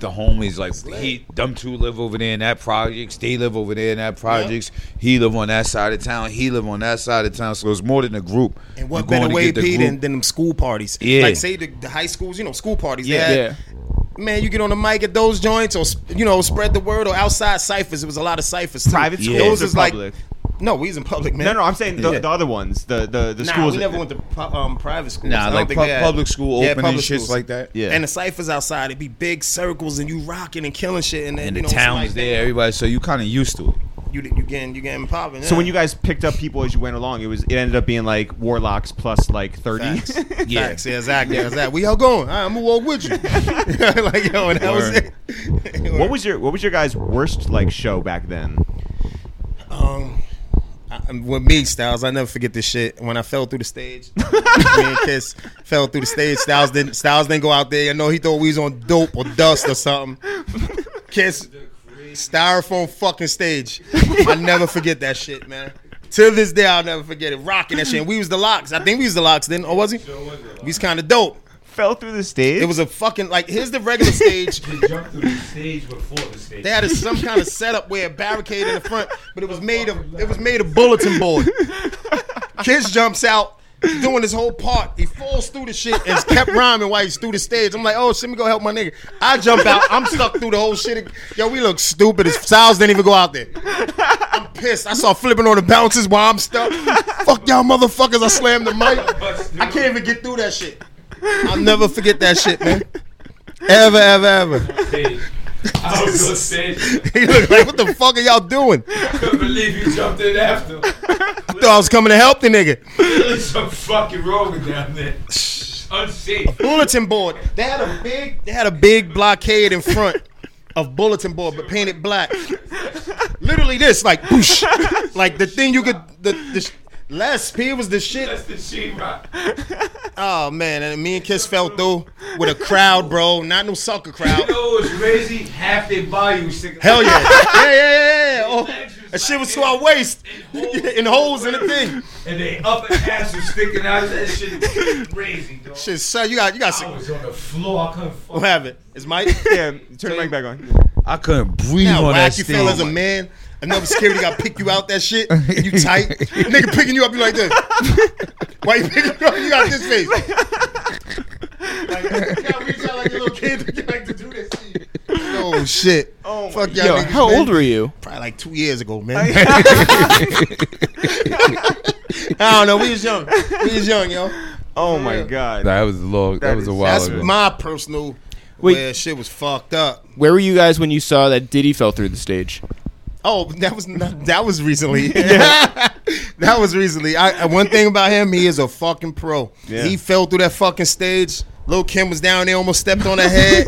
F: the homies. Like he, them two live over there in that projects. They live over there in that projects. He live on that side of town. He live on that side of town. So it's more than a group.
D: And
F: You're
D: what
F: going
D: better
F: to
D: way,
F: get the
D: P,
F: group.
D: than, than them school parties?
F: Yeah.
D: Like, say the, the high schools, you know, school parties.
B: Yeah.
D: They
B: Yeah.
D: had, Man, you get on the mic at those joints or, sp- you know, spread the word or outside ciphers. It was a lot of ciphers. Too.
A: Private
F: Yeah.
A: schools
F: Those
A: or
D: is like-
A: public?
D: No, we was in public, man.
A: no, no, I'm saying the,
F: Yeah.
A: the other ones, the the the
D: Nah,
A: schools.
D: we never went to pu- um, private schools. I
F: Nah,
D: don't
F: like
D: think
F: pub-
D: they had-
F: public school
D: Yeah,
F: opening
D: public
F: shits
D: schools.
F: like that.
A: yeah,
D: And the ciphers outside, it'd be big circles and you rocking and killing shit. And then,
F: And
D: you
F: the
D: know,
F: town's
D: somebody-
F: there, everybody. So you kind of used to it.
D: You, you getting, you getting popping.
A: So when you
D: got
A: guys picked up people as you went along, it was it ended up being like warlocks plus like thirty.
D: Facts. Facts. Yeah, exactly. exactly. We all going. All right, I'm going to walk with you. like, yo, and that was
F: Word.
D: it.
A: what was your What was your guys' worst like show back then?
D: Um, I, I'm- with me, Styles, I never forget this shit. When I fell through the stage, me and Kiss fell through the stage. Styles didn't. Styles didn't go out there. I know he thought we was on dope or dust or something. Kiss, styrofoam fucking stage. I never forget that shit, man. To this day, I'll never forget it. Rocking that shit. And we was the locks. I think we was the locks then, or was he? We was kind of dope.
A: Fell through the stage.
D: It was a fucking like here's the regular stage.
E: They jumped through the stage before the stage.
D: They had a, some kind of setup where a barricade in the front, but it was made of it was made of bulletin board. Kids jumps out doing his whole part. He falls through the shit and kept rhyming while he's through the stage. I'm like, oh, shit, let me go help my nigga. I jump out. I'm stuck through the whole shit. Yo, we look stupid. His Styles didn't even go out there. I'm pissed. I saw flipping on the bounces while I'm stuck. Fuck y'all motherfuckers. I slammed the mic. I can't even get through that shit. I'll never forget that shit, man. Ever, ever, ever.
E: Stage. I was on stage. I
D: He looked like, what the fuck are y'all doing?
E: couldn't believe you jumped in after.
D: I thought I was coming to help the nigga.
E: There's some fucking wrong down there. Unsafe.
D: Bulletin board. They had a big, they had a big blockade in front of bulletin board, but painted black. Literally this, like, boosh. like the thing you could, the, the sh- last P was the shit.
E: That's the sheetrock.
D: Oh man, and me and Kiss fell through with a crowd, bro. Not no sucker
E: You
D: crowd.
E: know what's crazy? Half their body was sticking.
D: Hell yeah, yeah, yeah, yeah. yeah. Oh, that shit was to our waist, in holes in the thing.
E: And they upper ass was sticking out. That shit was crazy, dog.
D: Shit, son, you got, you got.
E: I
D: Some,
E: was on the floor. I couldn't fuck.
D: what happened? Is Mike?
A: yeah, turn the mic back on.
F: I couldn't breathe
D: Now,
F: on that
D: whack you
F: stage.
D: feel as a man. Another security guy pick you out that shit. and You tight. Nigga picking you up, you like this. Why you picking you up? You got this face. Like, you gotta reach out like a little kid you like to do this to you. Oh shit. Oh Fuck y'all
B: Yo,
D: niggas,
B: how
D: man.
B: old were you?
D: Probably like two years ago, man. I don't know. We was young. We was young, yo.
A: Oh my god.
F: that was long. That,
A: That
F: was a
A: is-
F: while
D: That's
F: ago.
D: my personal
B: Wait.
D: where shit was fucked up.
B: Where were you guys when you saw that Diddy fell through the stage?
D: Oh, that was not, that was recently. that was recently. I I- one thing about him, he is a fucking pro.
A: Yeah.
D: He fell through that fucking stage. Lil Kim was down there, almost stepped on her head.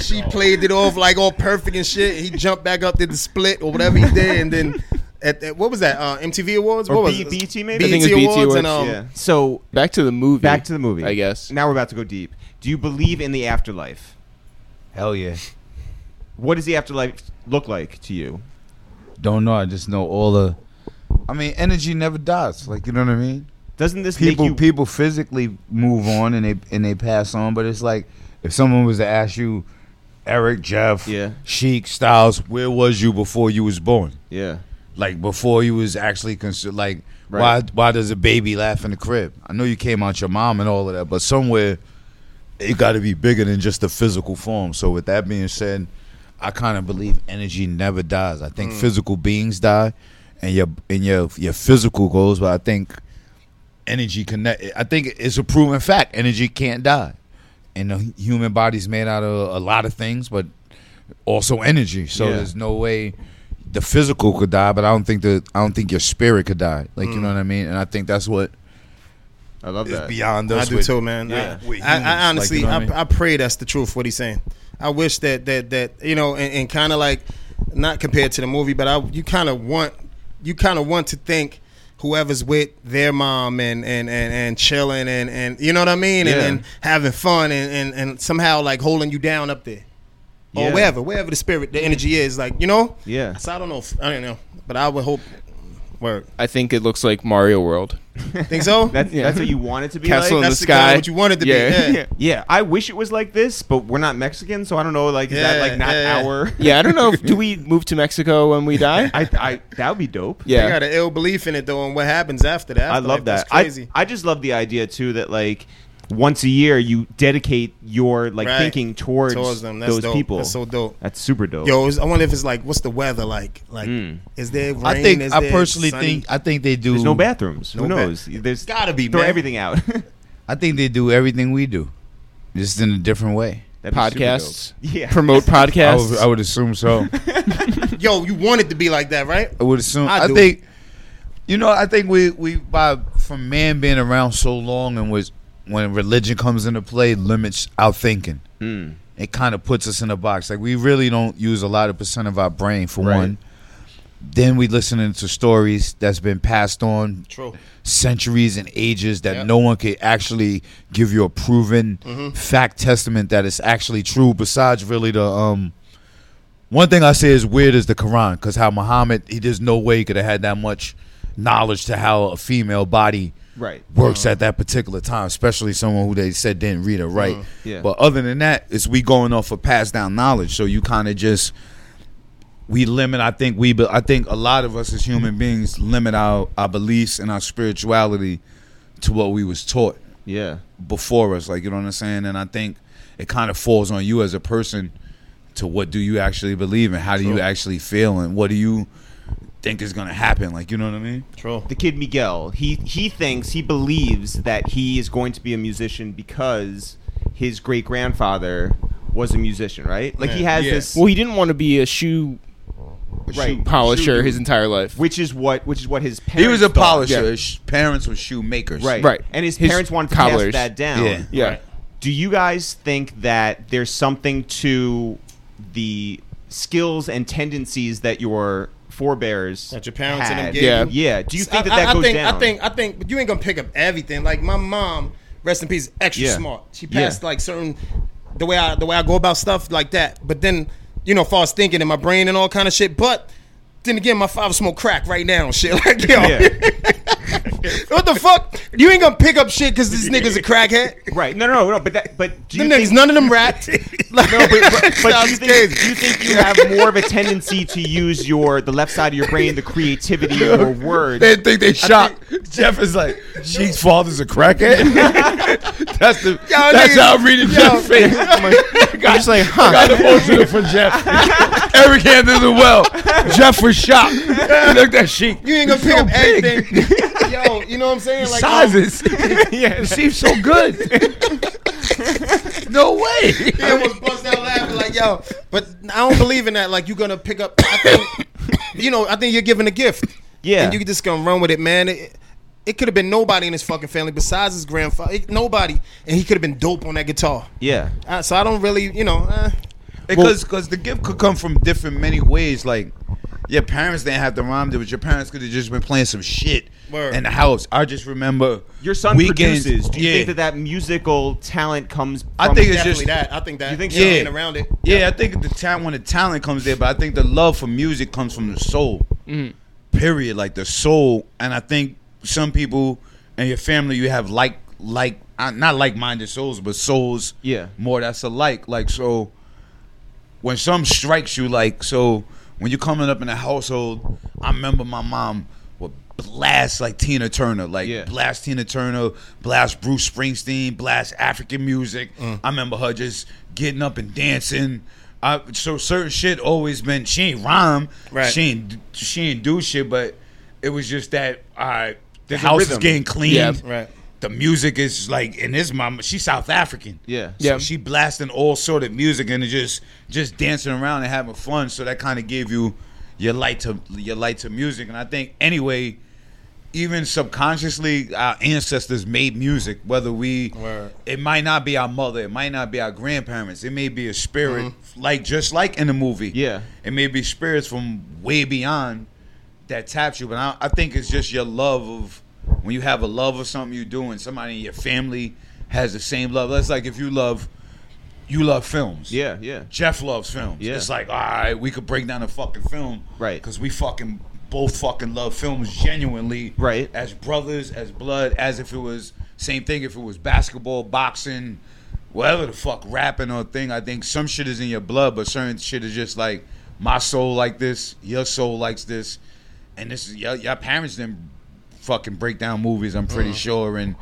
D: She played it off like all perfect and shit. He jumped back up, did the split or whatever he did, and then at, at- what was that? Uh, MTV Awards?
A: Or
D: what was
A: B-
D: it?
A: BET maybe?
B: I
D: BET
B: think it was BET
D: Awards, and
B: Awards,
D: um,
A: yeah. So
B: Back to the movie.
A: back to the movie.
B: I guess.
A: Um, Now we're about to go deep. Do you believe in the afterlife?
F: Hell yeah.
A: What does the afterlife look like to you?
F: Don't know. I just know all the. I mean, energy never dies. Like you know what I mean.
A: Doesn't this
F: People
A: make you
F: people physically move on and they and they pass on, but it's like if someone was to ask you, Eric, Jeff,
A: Yeah.
F: Chic, Styles, where was you before you was born?
A: Yeah.
F: Like before you was actually considered. Like why
A: Right.
F: why does a baby laugh in the crib? I know you came out your mom and all of that, but somewhere it got to be bigger than just the physical form. So with that being said, I kind of believe energy never dies. I
A: Mm.
F: think physical beings die, and your and your your physical goes, but I think energy connect. I think it's a proven fact. Energy can't die, and the human body's made out of a lot of things, but also energy. So
A: Yeah.
F: there's no way the physical could die, but I don't think the I don't think your spirit could die. Like
A: Mm.
F: you know what I mean? And I think that's what
A: I love
F: is
A: that.
F: beyond
D: I
F: us.
D: do
F: with-
D: too, man.
F: Yeah.
D: I,
F: With
D: I- I
F: humans, like, you
D: honestly,
F: know what I
D: I,
F: mean?
D: I, pray that's the truth. What he's saying. I wish that that that you know, and, and kind of like not compared to the movie, but I you kind of want you kind of want to think whoever's with their mom and and and, and chilling and and you know what I mean, and,
A: Yeah.
D: and having fun and, and and somehow like holding you down up there. Or
A: Yeah.
D: wherever, wherever the spirit, the energy is, like you know.
A: Yeah.
D: So I don't know. If, I don't know, but I would hope. Word.
B: I think it looks like Mario World.
D: Think so?
A: That's,
B: Yeah.
A: that's what you want it to be
B: Castle
A: like.
B: in the
D: that's the kinda
B: sky.
D: what you want it to be, yeah.
B: yeah.
A: yeah, I wish it was like this, but we're not Mexican, so I don't know. Like, is that
D: Yeah,
A: like not
D: yeah, yeah.
A: our?
B: Yeah, I don't know. If, do we move to Mexico when we die?
A: I, I that would be dope.
D: I
B: yeah.
D: got an ill belief in it though, and what happens after that?
A: I love that.
D: Afterlife, That's crazy.
A: I I just love the idea too that like once a year you dedicate your like
D: Right.
A: thinking towards,
D: towards them. That's
A: those
D: dope.
A: people.
D: That's so dope.
A: That's super dope.
D: Yo, is- I wonder if it's like, what's the weather like? Like,
A: Mm.
D: is there rain?
F: I think
D: Is
F: I
D: there
F: personally
D: sunny?
F: think I think they do.
A: There's no bathrooms. Who
D: No ba-
A: knows? There's
D: Gotta be,
A: throw
D: man.
A: everything out. That'd
F: I think they do everything we do, just in a different way.
A: be super
B: Podcasts.
A: dope. Yeah.
B: Promote
F: I would,
B: podcasts.
F: I would assume so.
D: Yo, you want it to be like that, right?
F: I would assume.
D: I
F: I,
D: do.
F: think, you know, I think we we by from man being around so long and was when religion comes into play limits our thinking.
D: Hmm.
F: It kind of puts us in a box. Like we really don't use a lot of percent of our brain for
A: Right.
F: one. Then we listening to stories that's been passed on
D: True.
F: centuries and ages that
D: Yep. Mm-hmm.
F: no one could actually give you a proven fact testament that it's actually true besides really the um one thing I say is weird is the Quran because how Muhammad he there's no way he could have had that much knowledge to how a female body
A: Right.
F: works at that particular time, especially someone who they said didn't read or write.
A: Uh-huh. Yeah.
F: But other than that, it's we going off of passed down knowledge. So you kind of just we limit. I think we, but I think a lot of us as human beings limit our our beliefs and our spirituality to what we was taught
A: Yeah.
F: before us. Like you know what I'm saying? And I think it kind of falls on you as a person to what do you actually believe and how do you actually feel and what do you think is gonna happen? Like you know what I mean?
D: True.
A: the kid Miguel. He he thinks he believes that he is going to be a musician because his great grandfather was a musician, right? Like he has
F: Yeah.
A: this,
B: well, he didn't want to be a shoe, shoe
A: Right.
B: polisher
A: Shoe
B: his
A: dude.
B: entire life.
A: which is what which is what his parents.
F: He was a
A: thought.
F: polisher. His parents were shoemakers.
A: right?
B: Right.
A: And his,
B: His
A: parents wanted to
B: cobblers.
A: pass that down.
F: Yeah.
B: yeah.
A: Do you guys think that there's something to the skills and tendencies that your forebears
D: That your parents
A: had?
D: and them gave
B: Yeah.
D: you?
A: Yeah. Do you think that
D: I,
A: that
D: I, I
A: goes
D: think,
A: down?
D: I think I think but you ain't gonna pick up everything. Like my mom, rest in peace, extra
A: Yeah.
D: smart. She
A: Yeah.
D: passed like certain the way I the way I go about stuff like that. But then, you know, far as thinking in my brain and all kind of shit. But then again, my father smoked crack right now and shit. Like yo,
A: Yeah.
D: what the fuck? You ain't gonna pick up shit because this nigga's a crackhead.
A: Right. No, no, no, no. But that, but do you
D: Them
A: think
D: niggas, none of them rapped. Like,
A: No, but, but, but do, you
D: Sounds
A: think,
D: crazy.
A: do you think you have more of a tendency to use your the left side of your brain, the creativity, your words?
F: They think they shot. Jeff is like, Sheik's father's a crackhead. that's the. that's
D: niggas-
F: how I'm reading Jeff's face. I'm like, God, just like, huh? Got emotional for Jeff. Eric handed the well. Jeff was shocked. He looked at Sheik.
D: you ain't gonna
F: He's
D: pick
F: so
D: up
F: big.
D: everything. Yo, you know what I'm saying? Like, um,
F: Sizes. oh. yeah, it seems so good. no way.
D: He almost bust out laughing like, yo. But I don't believe in that. Like, you're gonna pick up. I think, you know, I think you're giving a gift.
A: Yeah.
D: And you just gonna run with it, man. It, it could have been nobody in his fucking family besides his grandfather. It- nobody, and he could have been dope on that guitar.
A: Yeah.
D: Uh, so I don't really, you know. Uh,
F: because because the gift could come from different many ways. Like your parents didn't have to rhyme to it. Your parents could have just been playing some shit
D: Word.
F: in the house. I just remember
A: Your son
F: weekends-
A: produces. Do you
F: yeah.
A: think that that musical talent comes? From
F: I think it's just
D: Definitely that. I think that.
A: You think
D: yeah,
A: so?
D: getting around it.
F: Yeah, I think the talent when the talent comes there, but I think the love for music comes from the soul. Period. Like the soul, and I think some people in your family you have like like uh, not like minded souls, but souls.
A: Yeah.
F: more that's alike. Like so, when something strikes you, like so, when you're coming up in a household, I remember my mom would blast like Tina Turner, like
A: Yeah.
F: blast Tina Turner, blast Bruce Springsteen, blast African music.
A: Mm.
F: I remember her just getting up and dancing. I, so certain shit always been she ain't rhyme,
D: Right.
F: she ain't she ain't do shit, but it was just that all right, the
A: There's a
F: house is
A: rhythm.
F: getting cleaned,
B: Yeah.
D: Right.
F: the music is like, and this mama, she's South African,
A: Yeah.
F: so
B: Yeah.
F: she blasting all sort of music and just just dancing around and having fun. So that kind of gave you your light to your light to music. And I think anyway, even subconsciously, our ancestors made music. Whether we,
D: Word.
F: it might not be our mother, it might not be our grandparents, it may be a spirit, like just like in the movie.
A: Mm-hmm. Yeah.
F: it may be spirits from way beyond that taps you. But I, I think it's just your love of when you have a love of something you do, and somebody in your family has the same love. That's like if you love, you love films.
A: Yeah, yeah.
F: Jeff loves films.
A: Yeah.
F: It's like, all right, we could break down a fucking film.
A: Right.
F: Because we fucking both fucking love films genuinely.
A: Right.
F: As brothers, as blood, as if it was same thing, if it was basketball, boxing, whatever the fuck, rapping or thing. I think some shit is in your blood, but certain shit is just like my soul like this, your soul likes this, and this is your, your parents didn't fucking break down movies, I'm pretty sure, and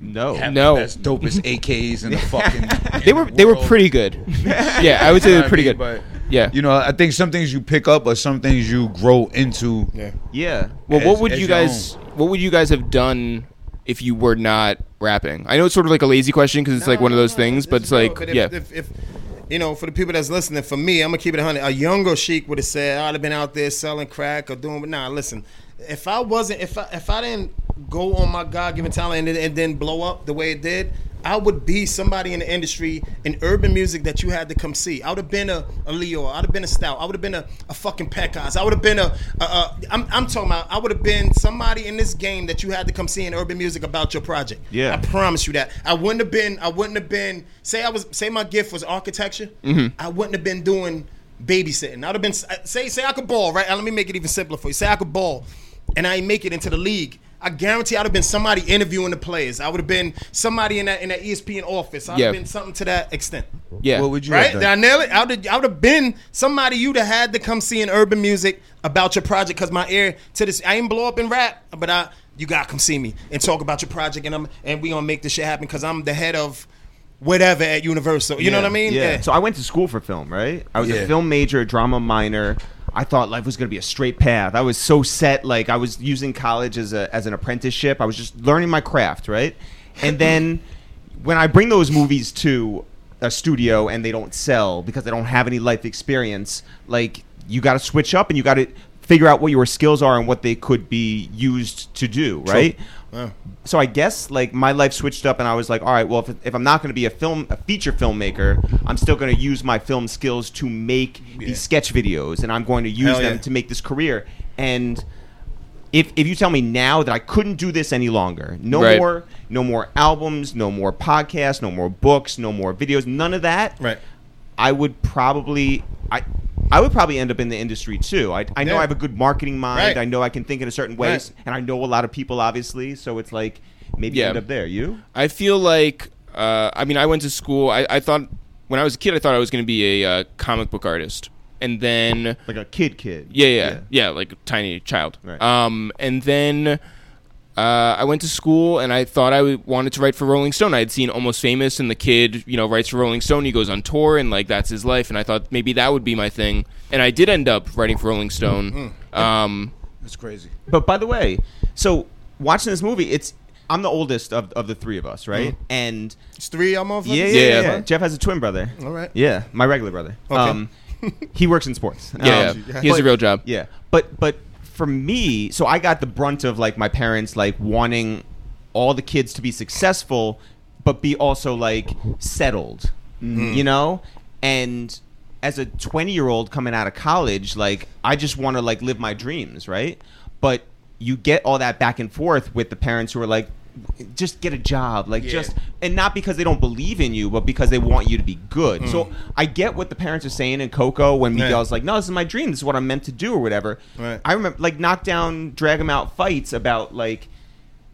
A: No.
F: have
B: Uh-huh. No.
F: the best dopest AKs in the fucking in
B: They were
F: the
B: they were
F: world.
B: pretty good. yeah, I would say
F: You
B: they
F: know what
B: were
F: I
B: pretty
F: mean?
B: good. yeah.
F: you know, I think some things you pick up or some things you grow into.
D: Yeah.
A: Yeah.
B: Well, what
F: as-
B: would
F: as
B: you
F: your
B: guys what would you guys have done if you were not rapping? I know it's sort of like a lazy question because it's like one of those things, but it's like
D: But if,
B: yeah,
D: if, if you know, for the people that's listening, for me, I'm gonna keep it a hundred. A younger sheik would have said, "I'd have been out there selling crack or doing." But nah, listen, if I wasn't, if I if I didn't go on my God given talent and, then- and then blow up the way it did, I would be somebody in the industry in urban music that you had to come see. I would have been a, a Leo. I'd have been a Stout. I would have been a, a fucking Pecos. I would have been a, a, a I'm, I'm talking about. I would have been somebody in this game that you had to come see in urban music about your project.
A: Yeah.
D: I promise you that. I wouldn't have been. I wouldn't have been. Say I was. Say my gift was architecture. I wouldn't have been doing babysitting. I'd have been. Say say I could ball right. Let me make it even simpler for you. Say I could ball, and I ain't make it into the league. I guarantee I'd have been somebody interviewing the players. I would have been somebody in that in that E ESPN office. I'd
B: Yeah.
D: have been something to that extent.
B: yeah.
F: What would you
D: Right?
F: have
D: Did I
F: done?
D: nail it? I would, have, I would have been somebody you'd have had to come see in urban music about your project because my ear to this, I ain't blow up in rap, but I you gotta come see me and talk about your project and I'm and we gonna make this shit happen because I'm the head of whatever at Universal. You know what I mean?
A: Yeah. So I went to school for film, right? I was
F: Yeah.
A: a film major, drama minor. I thought life was going to be a straight path. I was so set. Like I was using college as a as an apprenticeship. I was just learning my craft, right? And then when I bring those movies to a studio and they don't sell because they don't have any life experience, like you got to switch up and you got to figure out what your skills are and what they could be used to do, right? so I guess like my life switched up, and I was like, all right, well, if, if I'm not going to be a film, a feature filmmaker, I'm still going to use my film skills to make these sketch videos, and I'm going to use
D: Hell
A: them
D: yeah.
A: to make this career. And if if you tell me now that I couldn't do this any longer, no
B: Right.
A: more, no more albums, no more podcasts, no more books, no more videos, none of that,
D: Right.
A: I would probably I. I would probably end up in the industry too. I, I know
D: Yeah.
A: I have a good marketing mind.
D: Right.
A: I know I can think in a certain way,
D: Right.
A: and I know a lot of people, obviously. So it's like maybe you
B: Yeah.
A: end up there. You?
B: I feel like uh, I mean I went to school. I, I thought when I was a kid I thought I was going to be a uh, comic book artist, and then
A: Like a kid, kid.
B: yeah, yeah, yeah, like a tiny child.
A: Right.
B: Um, and then uh, I went to school and I thought I w- wanted to write for Rolling Stone. I had seen Almost Famous, and the kid, you know, writes for Rolling Stone. He goes on tour, and like that's his life. And I thought maybe that would be my thing. And I did end up writing for Rolling Stone.
A: Mm-hmm.
B: Um,
F: That's crazy.
A: But by the way, so watching this movie, it's I'm the oldest of, of the three of us, right? And
D: It's three y'all motherfuckers.
A: yeah yeah,
B: Mm-hmm. Yeah,
A: yeah,
B: yeah.
A: yeah. Jeff has a twin brother.
D: All right.
A: Yeah, my regular brother. Um, he works in sports.
B: yeah,
A: Um,
B: yeah. he has a
A: but-
B: real job.
A: Yeah, but but for me, so I got the brunt of like my parents like wanting all the kids to be successful, but be also like settled, you know, and as a 20 year old coming out of college like i just want to like live my dreams right but you get all that back and forth with the parents who are like just get a job like just and not because they don't believe in you but because they want you to be good so i get what the parents are saying in coco when miguel's like no this is my dream this is what i'm meant to do or whatever
D: Right.
A: i remember like knock down drag 'em out fights about like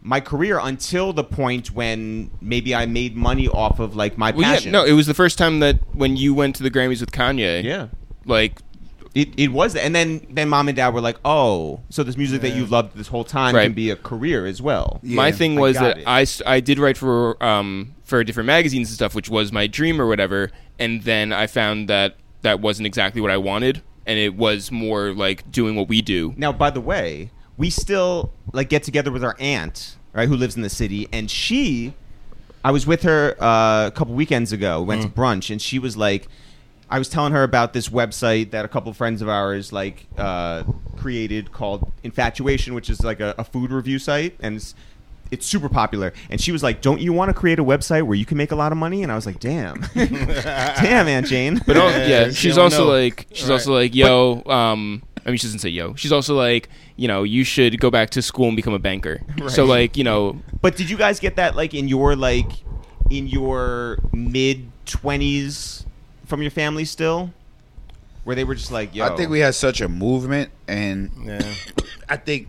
A: my career until the point when maybe i made money off of like my
B: Well, yeah,
A: passion
B: no, it was the first time that when you went to the Grammys with Kanye.
A: Yeah.
B: Like,
A: It, it was, that. and then then mom and dad were like, "Oh, so this music that you've loved this whole time
B: Right.
A: can be a career as well."
B: my thing
A: I
B: was
A: got
B: that
A: it.
B: I, s- I did write for um for different magazines and stuff, which was my dream or whatever. And then I found that that wasn't exactly what I wanted, and it was more like doing what we do.
A: Now, by the way, we still like get together with our aunt, right, who lives in the city, and she, I was with her uh, a couple weekends ago, went to brunch, and she was like, I was telling her about this website that a couple friends of ours like uh, created called Infatuation, which is like a, a food review site, and it's, it's super popular. And she was like, "Don't you want to create a website where you can make a lot of money?" And I was like, "Damn, damn, Aunt Jane."
B: But al-
D: Yeah,
B: yeah,
D: she
B: she's
D: don't
B: also
D: know.
B: like she's also like yo. Um, I mean, she doesn't say yo. She's also like you know you should go back to school and become a banker. So like you know
A: But did you guys get that like in your like in your mid twenties from your family still, where they were just like, "Yo,
F: I think we had such a movement, and
D: Yeah.
F: I think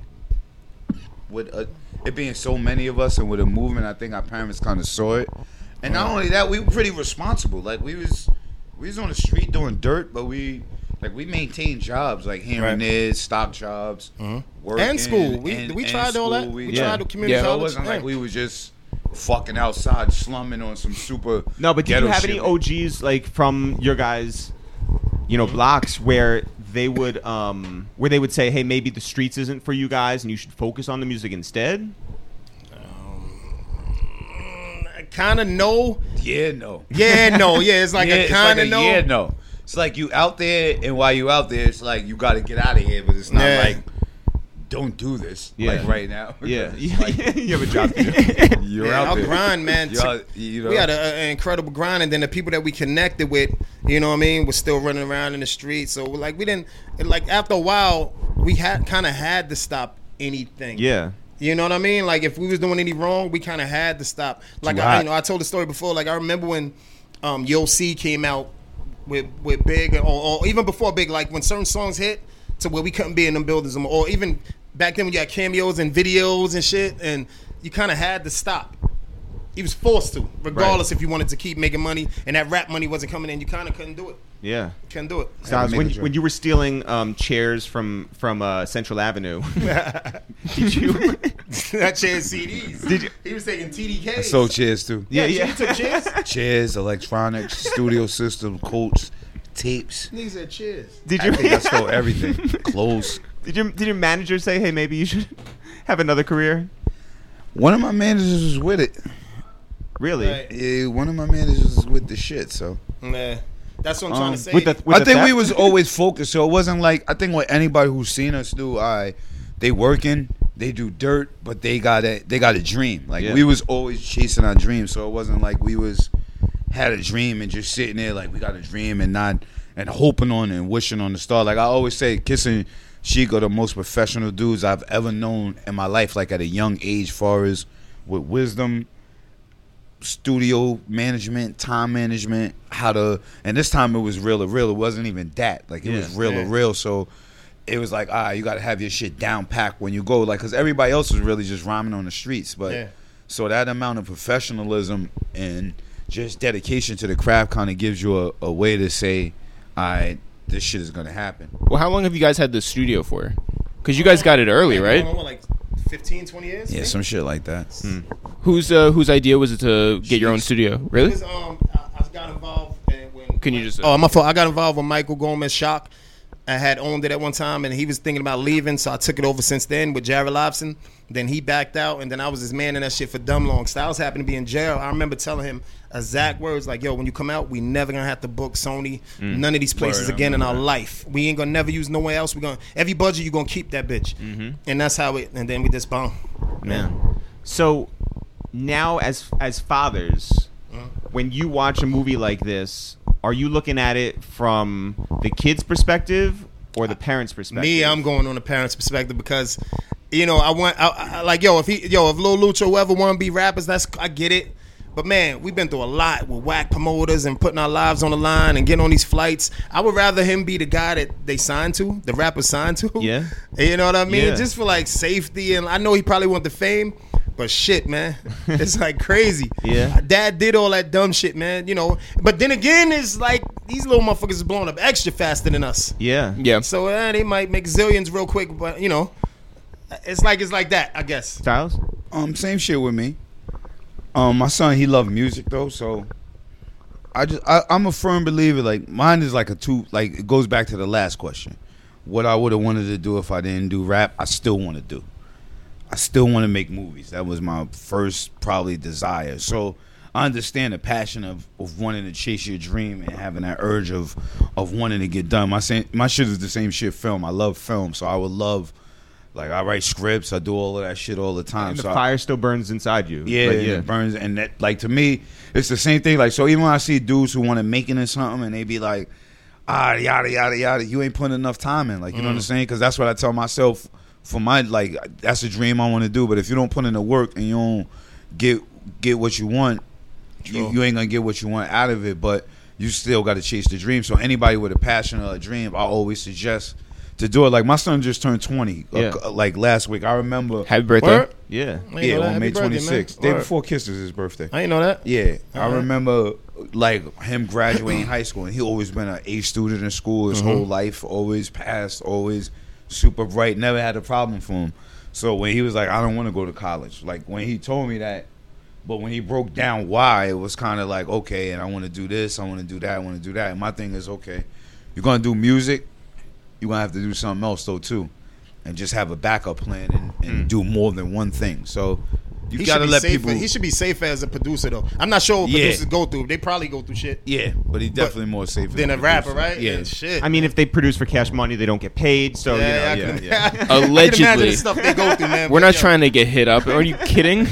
F: with uh it being so many of us and with a movement, I think our parents kind of saw it. And not only that, we were pretty responsible. Like we was we was on the street doing dirt, but we like we maintained jobs like here
D: Right. Mm-hmm.
F: and there, stock jobs, working,
D: And school. We
F: and-
D: we
F: and
D: tried all that.
F: school.
D: We,
F: We-
D: tried the community
B: Yeah.
F: So it
D: college.
F: wasn't
D: Yeah.
F: like we was just fucking outside slumming on some super
A: no." But did you
F: ghetto
A: have
F: shit.
A: any OGs like from your guys, you know, blocks where they would um where they would say, "Hey, maybe the streets isn't for you guys, and you should focus on the music instead."
D: kind of no.
F: Yeah, no.
D: Yeah, no. Yeah, it's like
F: yeah,
D: a
F: it's like
D: kind
F: a
D: of no.
F: yeah, no. It's like you out there, and while you out there, it's like you got to get out of here. But it's not
D: Yeah.
F: like don't do this
A: Yeah.
F: like right now.
A: Yeah,
F: It's like,
A: you have a job. To do.
F: you're
D: Yeah,
F: out
D: our
F: there.
D: grind, man.
F: You're out- you know,
D: We had a- a- an incredible grind, and then the people that we connected with, you know what I mean, was still running around in the streets. So like we didn't it, like after a while, we had kind of had to stop anything.
A: yeah,
D: You know what I mean? Like if we was doing any wrong, we kind of had to stop. Like I,
F: hot.
D: you know, I told the story before. Like I remember when um, Yo C came out with with Big, or, or even before Big. Like when certain songs hit to where we couldn't be in them buildings, anymore. or even back then we got cameos and videos and shit, and you kind of had to stop. He was forced to, regardless if you wanted to keep making money and that rap money wasn't coming in, you kind of couldn't do it.
A: yeah.
D: Couldn't do it.
A: Styles,
F: make
A: when,
F: the
A: when you were stealing um, chairs from from uh, Central Avenue, did you?
D: that shit CDs.
A: Did you-
D: He was taking TDK.
F: so cheers too.
A: yeah,
D: you took cheers.
F: Cheers, electronics, studio system, coats, tapes.
D: Niggas said cheers.
A: Did
F: I
A: you?
F: think I stole everything. Clothes.
A: Did your did your manager say, "Hey, maybe you should have another career"?
F: One of my managers was with it.
A: Really?
D: Right.
F: Yeah, one of my managers was with the shit. So
D: Nah. That's what I'm trying to say.
A: Um, With the, with
F: I
A: the
F: think we
A: theft?
F: was always focused, so it wasn't like I think what anybody who's seen us do. I they working, they do dirt, but they got a they got a dream. Like
A: Yeah.
F: we was always chasing our dream, so it wasn't like we was had a dream and just sitting there like we got a dream and not and hoping on and wishing on the star. Like I always say, kissing Chico, the most professional dudes I've ever known in my life. Like at a young age, far as with wisdom studio management, time management, how to and this time it was real to real. It wasn't even that. Like it was real to real. So it was like, ah, you gotta have your shit down packed when you go. Like cause everybody else was really just rhyming on the streets. But
D: Yeah.
F: so that amount of professionalism and just dedication to the craft kind of gives you a, a way to say, all right, this shit is gonna happen.
B: Well, how long have you guys had the studio for? Because you guys got it early, right?
D: What, like 15, 20 years?
F: Yeah, some shit like that.
B: Whose uh, whose idea was it to get your own studio? Really?
D: Because, um, I, I got involved and when.
B: Can you just?
D: Oh, my fault. I got involved with Michael Gomez Shock. I had owned it at one time, and he was thinking about leaving, so I took it over since then with Jared Lobson. Then he backed out, and then I was his man in that shit for dumb long. Styles happened to be in jail. I remember telling him exact words like, "Yo, when you come out, we never gonna have to book Sony, none of these places
F: Word, I
D: again in our
F: remember
D: life. We ain't gonna never use nowhere else. We gonna every budget you gonna keep that bitch, and that's how it. And then we just boom,
A: man. So
D: Uh-huh.
A: now, as as fathers, when you watch a movie like this, Are you looking at it from the kid's perspective or the parents' perspective?
D: Me, I'm going on the parents' perspective because, you know, I want I, I, like yo if he yo if Lil Lucha whoever want to be rappers, that's I get it. But man, we've been through a lot with whack promoters and putting our lives on the line and getting on these flights. I would rather him be the guy that they signed to, the rapper signed to.
A: Yeah.
D: you know what I mean?
A: Yeah.
D: Just for like safety and I know he probably want the fame, but shit, man, it's like crazy.
A: Yeah.
D: Dad did all that dumb shit, man. You know. But then again, it's like these little motherfuckers is blowing up extra faster than us.
A: Yeah.
B: Yeah.
D: So eh, they might make zillions real quick, but you know, it's like it's like that, I guess.
A: Styles?
F: Um, same shit with me. Um, my son, he loved music though, so I just I, I'm a firm believer. Like mine is like a two. Like it goes back to the last question. What I would have wanted to do if I didn't do rap, I still want to do. I still want to make movies. That was my first probably desire. So I understand the passion of, of wanting to chase your dream and having that urge of of wanting to get done. My same, my shit is the same shit. Film. I love film, so I would love. Like I write scripts, I do all of that shit all the time.
A: And the
F: so I-
A: fire still burns inside you.
F: yeah,
A: But
F: and it burns, and that like to me, it's the same thing. Like so, even when I see dudes who want to make it in something, and they be like, ah, yada yada yada, you ain't putting enough time in. Like you know what I'm saying? Because that's what I tell myself for my like that's a dream I want to do. But if you don't put in the work and you don't get get what you want, you, you ain't gonna get what you want out of it. But you still got to chase the dream. So anybody with a passion or a dream, I always suggest. To do it like my son just turned twenty, uh,
A: Yeah.
F: c- like last week. I remember,
B: Happy birthday.
D: Word?
A: Yeah.
D: I ain't
F: yeah,
D: know that.
F: on May
D: Happy birthday,
F: twenty
D: man.
F: sixth, day
D: Word.
F: before Kisses his birthday.
D: I ain't know that.
F: Yeah, I remember like him graduating high school, and he always been an A student in school
D: Mm-hmm.
F: his whole life. Always passed, always super bright. Never had a problem for him. So when he was like, "I don't want to go to college," like when he told me that, but when he broke down why, it was kind of like, "Okay," and I want to do this, I want to do that, I want to do that. And my thing is, okay, you're gonna do music, you're gonna have to do something else though too, and just have a backup plan and, and do more than one thing. So. You
D: Mm. He
F: gotta
D: should be
F: let
D: safer.
F: people.
D: He should be safe as a producer though. I'm not sure what
F: Yeah.
D: producers go through. They probably go through shit
F: Yeah, but he definitely more safe
D: than a
F: than
D: rapper,
F: producer.
D: right?
F: Yeah,
D: And shit.
A: I mean, if they produce for cash money, they don't get paid. So,
D: yeah,
A: you know,
D: yeah,
F: yeah,
D: I can,
F: yeah.
D: I can imagine
B: Allegedly.
D: the stuff they go through, man.
B: We're
D: but
B: not
D: yo.
B: trying to get hit up. Are you kidding?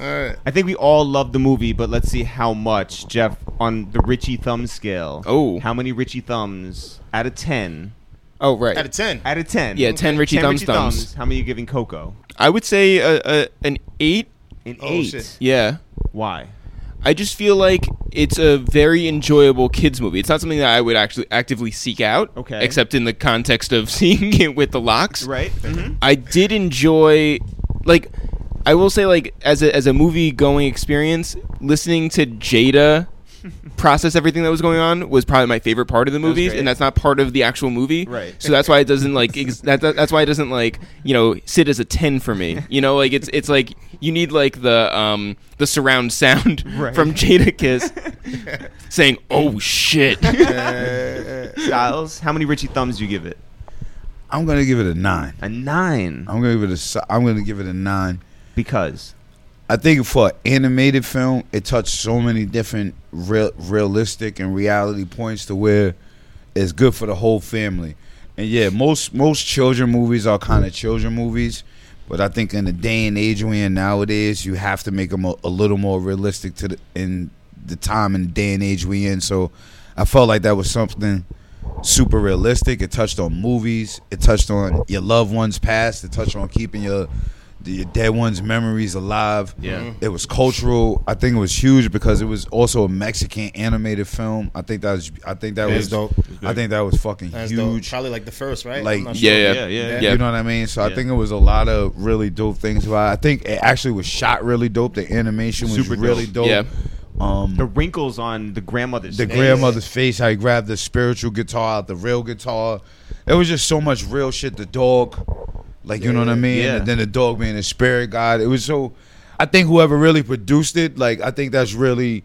D: All right.
A: I think we all love the movie, but let's see how much. Jeff, on the Richie Thumb scale.
B: Oh.
A: How many Richie Thumbs out of 10?
B: Oh right.
D: Out of ten.
A: Out of 10.
B: Yeah, 10 Richie Thumbs thumbs.
A: How many are you giving Coco?
B: I would say a, a, an eight.
A: An
D: Oh,
A: 8.
D: shit.
B: Yeah.
A: Why?
B: I just feel like it's a very enjoyable kids movie. It's not something that I would actually actively seek out.
A: Okay.
B: Except in the context of seeing it with the locks.
A: Right?
B: I did enjoy, like, I will say, like, as a as a movie going experience, listening to Jada process everything that was going on was probably my favorite part of the movie,
A: great.
B: and that's not part of the actual movie.
A: Right.
B: So that's why it doesn't like ex- that, that- That's why it doesn't like you know sit as a ten for me. You know, like it's it's like you need like the um the surround sound
A: Right.
B: from Jada Kiss saying oh shit.
A: Styles, how many Richie Thumbs do you give it?
F: I'm gonna give it a nine.
A: A 9.
F: I'm gonna give it a. si- I'm gonna give it a nine.
A: Because.
F: I think for an animated film, it touched so many different real, realistic and reality points to where it's good for the whole family. And yeah, most most children movies are kind of children movies, but I think in the day and age we're in nowadays, you have to make them a, a little more realistic to the in the time and day and age we in. So I felt like that was something super realistic. It touched on movies. It touched on your loved ones' past. It touched on keeping your your dead ones' memories alive.
A: Yeah.
D: Mm-hmm.
F: It was cultural. I think it was huge because it was also a Mexican animated film. I think that was. I think that was
D: That's dope.
F: I think that was fucking
D: That's
F: huge.
D: dope. Probably like the first, right?
F: Like-
D: I'm not
B: Yeah,
D: sure.
B: yeah,
A: Yeah, yeah,
B: yeah.
A: yeah.
F: You know what I mean? So I
A: Yeah.
F: think it was a lot of really dope things about. It. I think it actually was shot really dope. The animation was
A: Super dope.
F: really dope.
B: Yeah.
F: Um,
A: The wrinkles on the grandmother's
F: the
A: face.
F: grandmother's face. How he grabbed the spiritual guitar out the real guitar. It was just so much real shit. The dog, like you know what I mean.
A: Yeah.
F: And then the dog being the spirit guide. It was so. I think whoever really produced it, like I think that's really,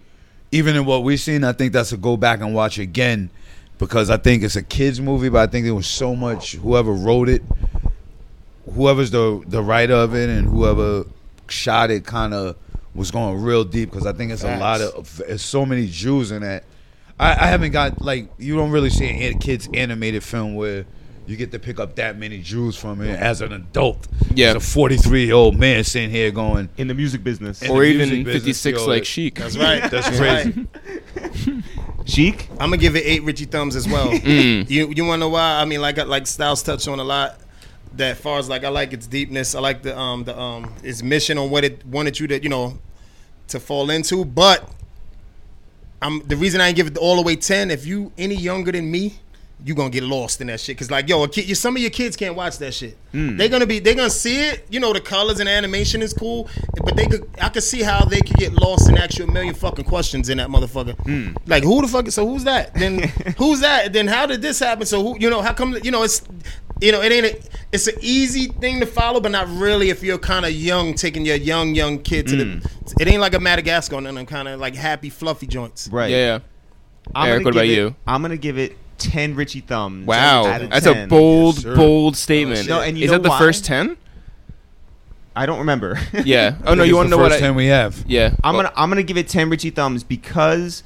F: even in what we've seen, I think that's a go back and watch again, because I think it's a kids movie, but I think there was so much. Whoever wrote it, whoever's the the writer of it, and whoever shot it, kind of was going real deep because I think it's a lot of it's so many Jews in that. I, I haven't got like you don't really see a kids animated film where you get to pick up that many Jews from it as an adult.
B: Yeah.
F: as a forty three year old man sitting here going.
A: In the music business.
F: And
B: or
F: the music
B: even
F: business,
B: 56
F: yo,
B: like
F: it-
B: chic.
D: That's right.
F: That's crazy.
A: Cheek.
D: I'm gonna give it eight Richie thumbs as well. You you wanna know why? I mean, like like Styles touched on a lot. That far as like I like its deepness. I like the um the um its mission on what it wanted you to you know to fall into. But I'm the reason I didn't give it all the way ten. If you any younger than me, you gonna get lost in that shit. Cause like yo, a kid, some of your kids can't watch that shit. They're gonna be they're gonna see it. You know the colors and animation is cool, but they could I could see how they could get lost in actual million fucking questions in that motherfucker. Like who the fuck? So who's that? Then who's that? Then how did this happen? So who? You know how come? You know it's you know it ain't a, it's an easy thing to follow, but not really if you're kind of young, taking your young young kid to the. It ain't like a Madagascar and them kind of like happy fluffy joints.
A: Right.
B: Yeah, yeah.
A: I'm
B: Eric,
A: gonna
B: what about
A: give it-
B: you?
A: I'm gonna give it ten Richie thumbs.
B: Wow,
A: out of
B: that's a
A: 10.
B: bold,
F: Yes, sir.
B: bold statement.
A: No, and you
B: is
A: know
B: that the
A: why?
B: first ten?
A: I don't remember.
B: Yeah. Oh no,
F: It's
B: you want to
F: the
B: know what?
F: first
B: I,
F: time we have.
B: yeah,
A: I'm
B: Oh,
A: gonna I'm gonna give it ten Richie thumbs because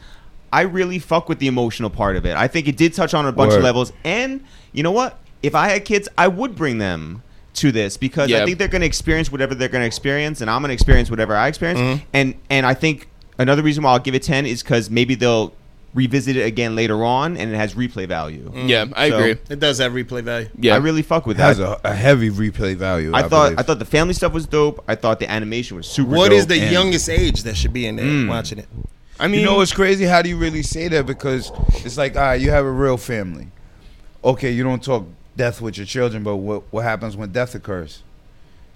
A: I really fuck with the emotional part of it. I think it did touch on a bunch of
F: Word.
A: levels, and you know what? If I had kids, I would bring them to this because I
B: Yeah.
A: think they're gonna experience whatever they're gonna experience, and I'm gonna experience whatever I experience. And and I think another reason why I'll give it ten is because maybe they'll revisit it again later on, and it has replay value.
B: Yeah, I
A: So-
B: agree.
D: It does have replay value.
B: Mm. Yeah,
A: I really fuck with
F: It has
A: that.
F: a, a heavy replay value.
A: I
F: I,
A: thought
F: believe.
A: I thought the family stuff was dope. I thought the animation was super.
D: What
A: dope,
D: is the
A: and- Mm.
D: youngest age that should be in there watching it?
B: I mean,
F: you know what's crazy? How do you really say that? Because it's like, all right, you have a real family. Okay, you don't talk death with your children, but what what happens when death occurs?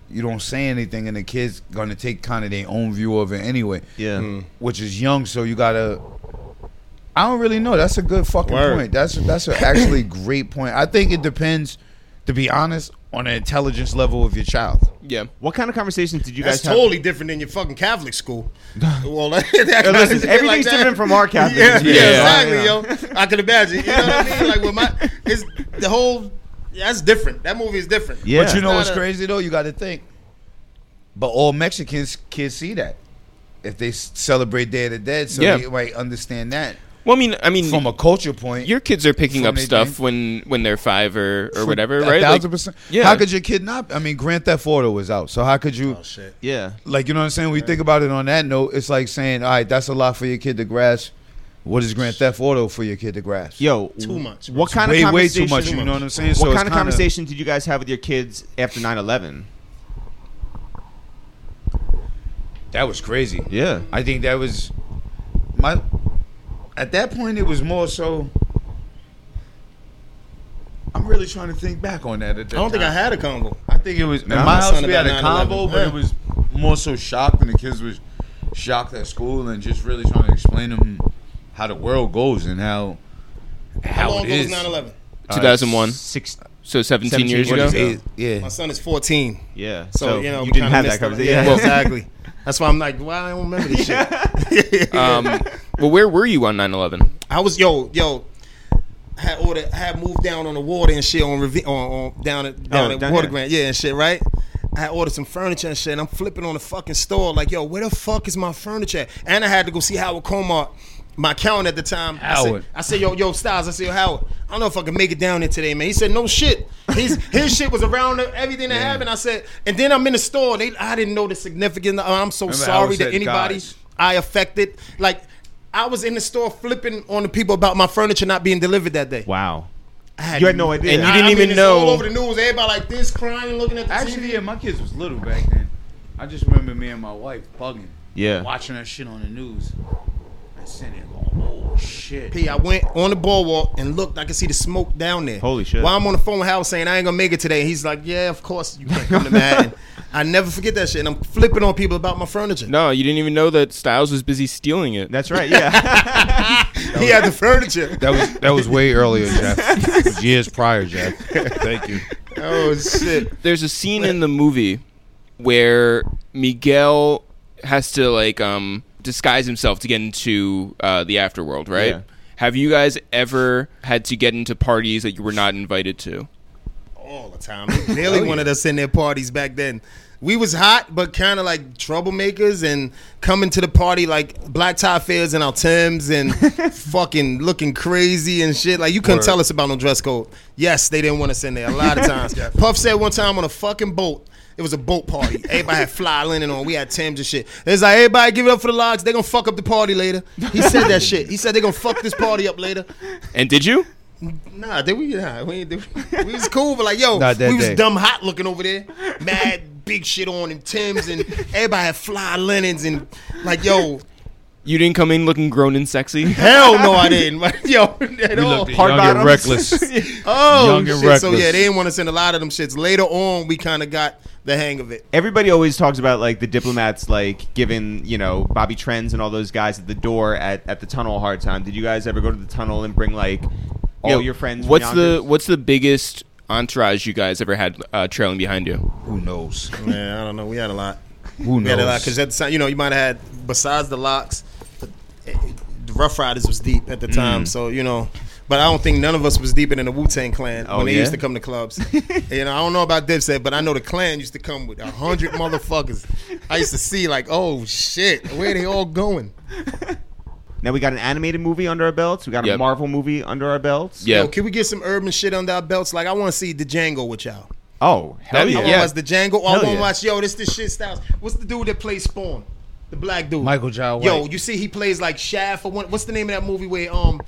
F: You don't say anything, and the kids gonna take kind of their own view of it anyway.
A: Yeah.
B: Hmm.
F: which is young, so you gotta. I don't really know. That's a good fucking
D: Word.
F: point. That's that's an actually great point. I think it depends, to be honest, on the intelligence level of your child.
B: yeah.
A: What kind of conversations did you
D: That's
A: guys have?
D: totally different than your fucking Catholic school. well, that, that
A: Yeah, listen,
D: shit
A: everything's
D: that.
A: different from our Catholic
D: Yeah,
A: school.
D: yeah,
A: Yeah.
D: exactly, yo. I can imagine. You know what I mean? Like with my, it's the whole. That's different. That movie is different.
A: Yeah.
F: But you know
D: Not
F: what's
D: a-
F: crazy though? You got to think. But all Mexicans kids see that if they s- celebrate Day of the Dead, so
B: Yeah.
F: they might understand that
B: Well, I mean, I mean,
F: from a culture point.
B: your kids are picking
F: From
B: up
F: they
B: stuff
F: think-
B: when when they're five or or
F: for
B: whatever,
F: a
B: right?
F: thousand
B: Like,
F: percent.
B: yeah.
F: How could your kid not? I mean, Grand Theft Auto was out, so how could you?
D: Oh shit.
A: Yeah.
F: like you know what I'm saying. When you think about it on that note, it's like saying, all right, that's a lot for your kid to grasp. What is Grand Theft Auto for your kid to grasp?
A: Yo,
D: Too much, bro.
A: What kind
F: way,
A: of
F: way too
A: conversation?
F: much. You know what I'm saying?
A: What
F: so it's
A: kind of
F: kinda-
A: conversation did you guys have with your kids after 9/11?
F: That was crazy.
A: Yeah.
F: I think that was my at that point it was more so I'm really trying to think back on that. At that
D: I don't think I
F: time.
D: had a combo.
F: I think it was in
D: Nah.
F: my house
D: Something
F: we had a
D: about 9/11.
F: combo, but it
D: Yeah.
F: was more so shocked and the kids was shocked at school and just really trying to explain them how the world goes and how how,
D: How long
F: it
D: ago was
F: is.
D: 9/11?
B: 2001,
A: Six.
B: so 17, years
A: 17
B: ago.
A: years ago.
F: It- yeah.
D: My son is 14,
A: Yeah.
D: so, you know
A: you
D: we
A: didn't
D: kinda
A: have that
D: missed
A: conversation.
D: Yeah,
A: Yeah.
D: exactly. That's why I'm like, why I don't remember this shit.
B: Um, well, where were you on 9/11?
D: I was yo yo. Had order had moved down on the water and shit on Revi- on, on down at down
A: Oh,
D: at
A: down
D: Water
A: here.
D: Grant yeah and shit right. I had ordered some furniture and shit and I'm flipping on the fucking store like yo where the fuck is my furniture? at? And I had to go see Howard Comar, my accountant at the time.
F: Howard.
D: I said, I said yo yo Styles. I said yo Howard. I don't know if I can make it down there today, man. He said no shit. His his shit was around everything that happened. I said and then I'm in the store. They I didn't know the significance. I'm so
F: Remember
D: sorry
F: Howard
D: to
F: said,
D: anybody.
F: "Guys,
D: I affected. Like I was in the store flipping on the people about my furniture not being delivered that day.
A: Wow.
D: I had,
A: You had no idea.
B: And you
D: I-
B: didn't
D: I mean,
B: even
D: it's
B: know-
D: All over the news, everybody like this, crying, looking at the
F: Actually,
D: TV.
F: yeah, my kids was little back then. I just remember me and my wife bugging.
A: Yeah.
F: Watching that shit on the news. I sitting there going, oh shit.
D: P, I went on the boardwalk and looked. I could see the smoke down there.
A: Holy shit.
D: While I'm on the phone with Howard saying I ain't gonna make it today, he's like, "Yeah, of course you can't come to Madden." I never forget that shit. And I'm flipping on people about my furniture.
B: No, you didn't even know that Styles was busy stealing it.
A: That's right. Yeah.
D: he had the furniture.
F: That was that was way earlier, Jeff. It was years prior, Jeff. Thank you.
D: oh shit!
B: There's a scene in the movie where Miguel has to like um disguise himself to get into uh, the afterworld, right?
A: Yeah.
B: Have you guys ever had to get into parties that you were not invited to?
D: All the time. They Nearly wanted us in their parties back then. We was hot, but kind of like troublemakers and coming to the party like black tie fairs in our Tims and fucking looking crazy and shit. Like you couldn't tell us about no dress code. Yes, they didn't want us in there a lot of times. Puff said one time on a fucking boat, it It was a boat party. Everybody had fly linen on. We had Timbs and shit. It's like everybody give it up for the logs. They gonna fuck up the party later. He said that shit. He said they gonna fuck this party up later.
B: And did you?
D: Nah, did we? Nah, we, ain't- did we, we was cool, but like, yo,
F: Not that
D: we was
F: day.
D: dumb hot looking over there, mad big shit on and Timbs and everybody had fly linens and like, yo,
B: You didn't come in looking grown and sexy.
D: hell no, I didn't, like, yo, at
F: You
D: all.
F: looked young and reckless.
D: Oh
F: Young and
D: shit! So
F: reckless.
D: yeah, they didn't want to send a lot of them shits. Later on, we kind of got the hang of it.
A: Everybody always talks about like the diplomats, like giving you know Bobby Trends and all those guys at the door at, at the tunnel a hard time. Did you guys ever go to the tunnel and bring like all
B: Yo,
A: your friends? from
B: What's the
A: Yonkers?
B: What's the biggest entourage you guys ever had uh, trailing behind you?
F: Who knows?
D: Yeah, I don't know. We had a lot.
F: Who
D: We had a lot
F: knows?
D: because at the time, you know, you might have had besides the locks, the, the Rough Riders was deep at the
A: Mm.
D: time. So you know, but I don't think none of us was deeper than the Wu Tang Clan
A: Oh,
D: when they
A: yeah?
D: used to come to clubs. you know, I don't know about Dipset, but I know the Clan used to come with a hundred motherfuckers. I used to see like, oh shit, where they all going?
A: Now we got an animated movie under our belts. We got a
B: Yep.
A: Marvel movie under our belts.
B: Yeah,
D: Yo, can we get some urban shit under our belts? Like, I want to see the Django with y'all.
A: Oh hell
B: That'd be-
A: yeah!
D: I
B: Yeah.
D: want to watch the Django. Or I
A: Hell
D: want to
A: yeah.
D: watch yo. This this shit Styles. What's the dude that plays Spawn? The black dude.
F: Michael Jai White.
D: Yo, you see, he plays like Shaft or one, what's the name of that movie where um.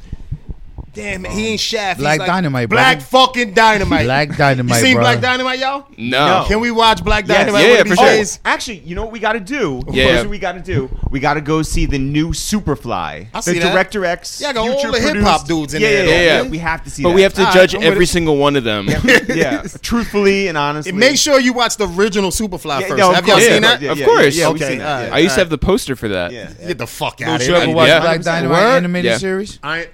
D: Damn, he ain't Shaft. he's
F: Black
D: like
F: Dynamite,
D: Black
F: brother.
D: fucking dynamite.
F: Black
D: You
F: Dynamite,
D: seen
F: brother.
D: Black Dynamite, y'all?
B: no.
D: Can we watch Black
A: Yes.
B: Oh.
D: Dynamite?
B: Yeah,
D: one
B: yeah,
D: of these
B: for sure.
D: days?
A: Oh, Actually, you know what we got to do?
B: Yeah.
A: Here's what we got to do. We got to go see the new Superfly.
D: I
A: the
D: see that.
A: Director X.
D: Yeah, I got all
A: future
D: the hip-hop
A: produced-
D: dudes in
A: yeah,
D: there,
A: Yeah, yeah,
B: though.
A: yeah. We have to see
B: But
A: that.
B: we have to
D: Alright,
B: judge
D: I'm with
B: every
D: it.
B: single one of them.
A: yeah, truthfully and honestly.
D: And make sure you watch the original Superfly
A: Yeah,
D: first.
A: no, of
D: Have y'all
A: course,
B: yeah,
D: seen that?
A: yeah,
B: of
A: yeah,
B: course.
A: yeah, yeah, we've
D: Okay,
A: seen that,
D: alright.
A: yeah.
B: I used to have the poster for that.
A: Yeah.
D: Get the fuck out
F: Did
D: of
F: you
D: here.
F: ever watch
B: Yeah.
F: Black Dynamite
D: Word?
F: animated
B: Yeah.
F: series?
D: I ain't-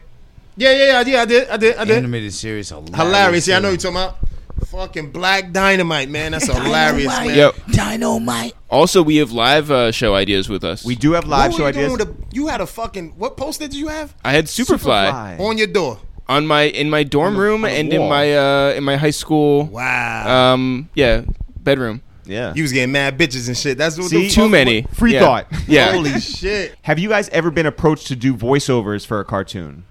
D: yeah, yeah, yeah, yeah. I did, I did, I did.
F: Animated series, hilarious.
D: Hilarious. Yeah, I know
F: too.
D: you're talking about fucking Black Dynamite, man. That's hilarious, man.
B: Yo,
H: Dynamite.
B: also we have live uh, show ideas with us.
A: We do have live
D: What
A: show
D: were you doing
A: ideas.
D: with a- you had a fucking what poster did you have
B: I had Superfly,
A: Superfly.
D: on your door?
B: on my in my dorm room
A: on the
B: and in
A: wall.
B: my uh, in my high school.
D: Wow,
B: Um, yeah, bedroom.
A: Yeah.
D: you was getting mad bitches and shit. That's what
A: See?
D: the
B: Too
D: fuck-
B: many.
A: Free
B: Yeah.
A: thought.
B: Yeah.
D: Holy shit!
A: Have you guys ever been approached to do voiceovers for a cartoon?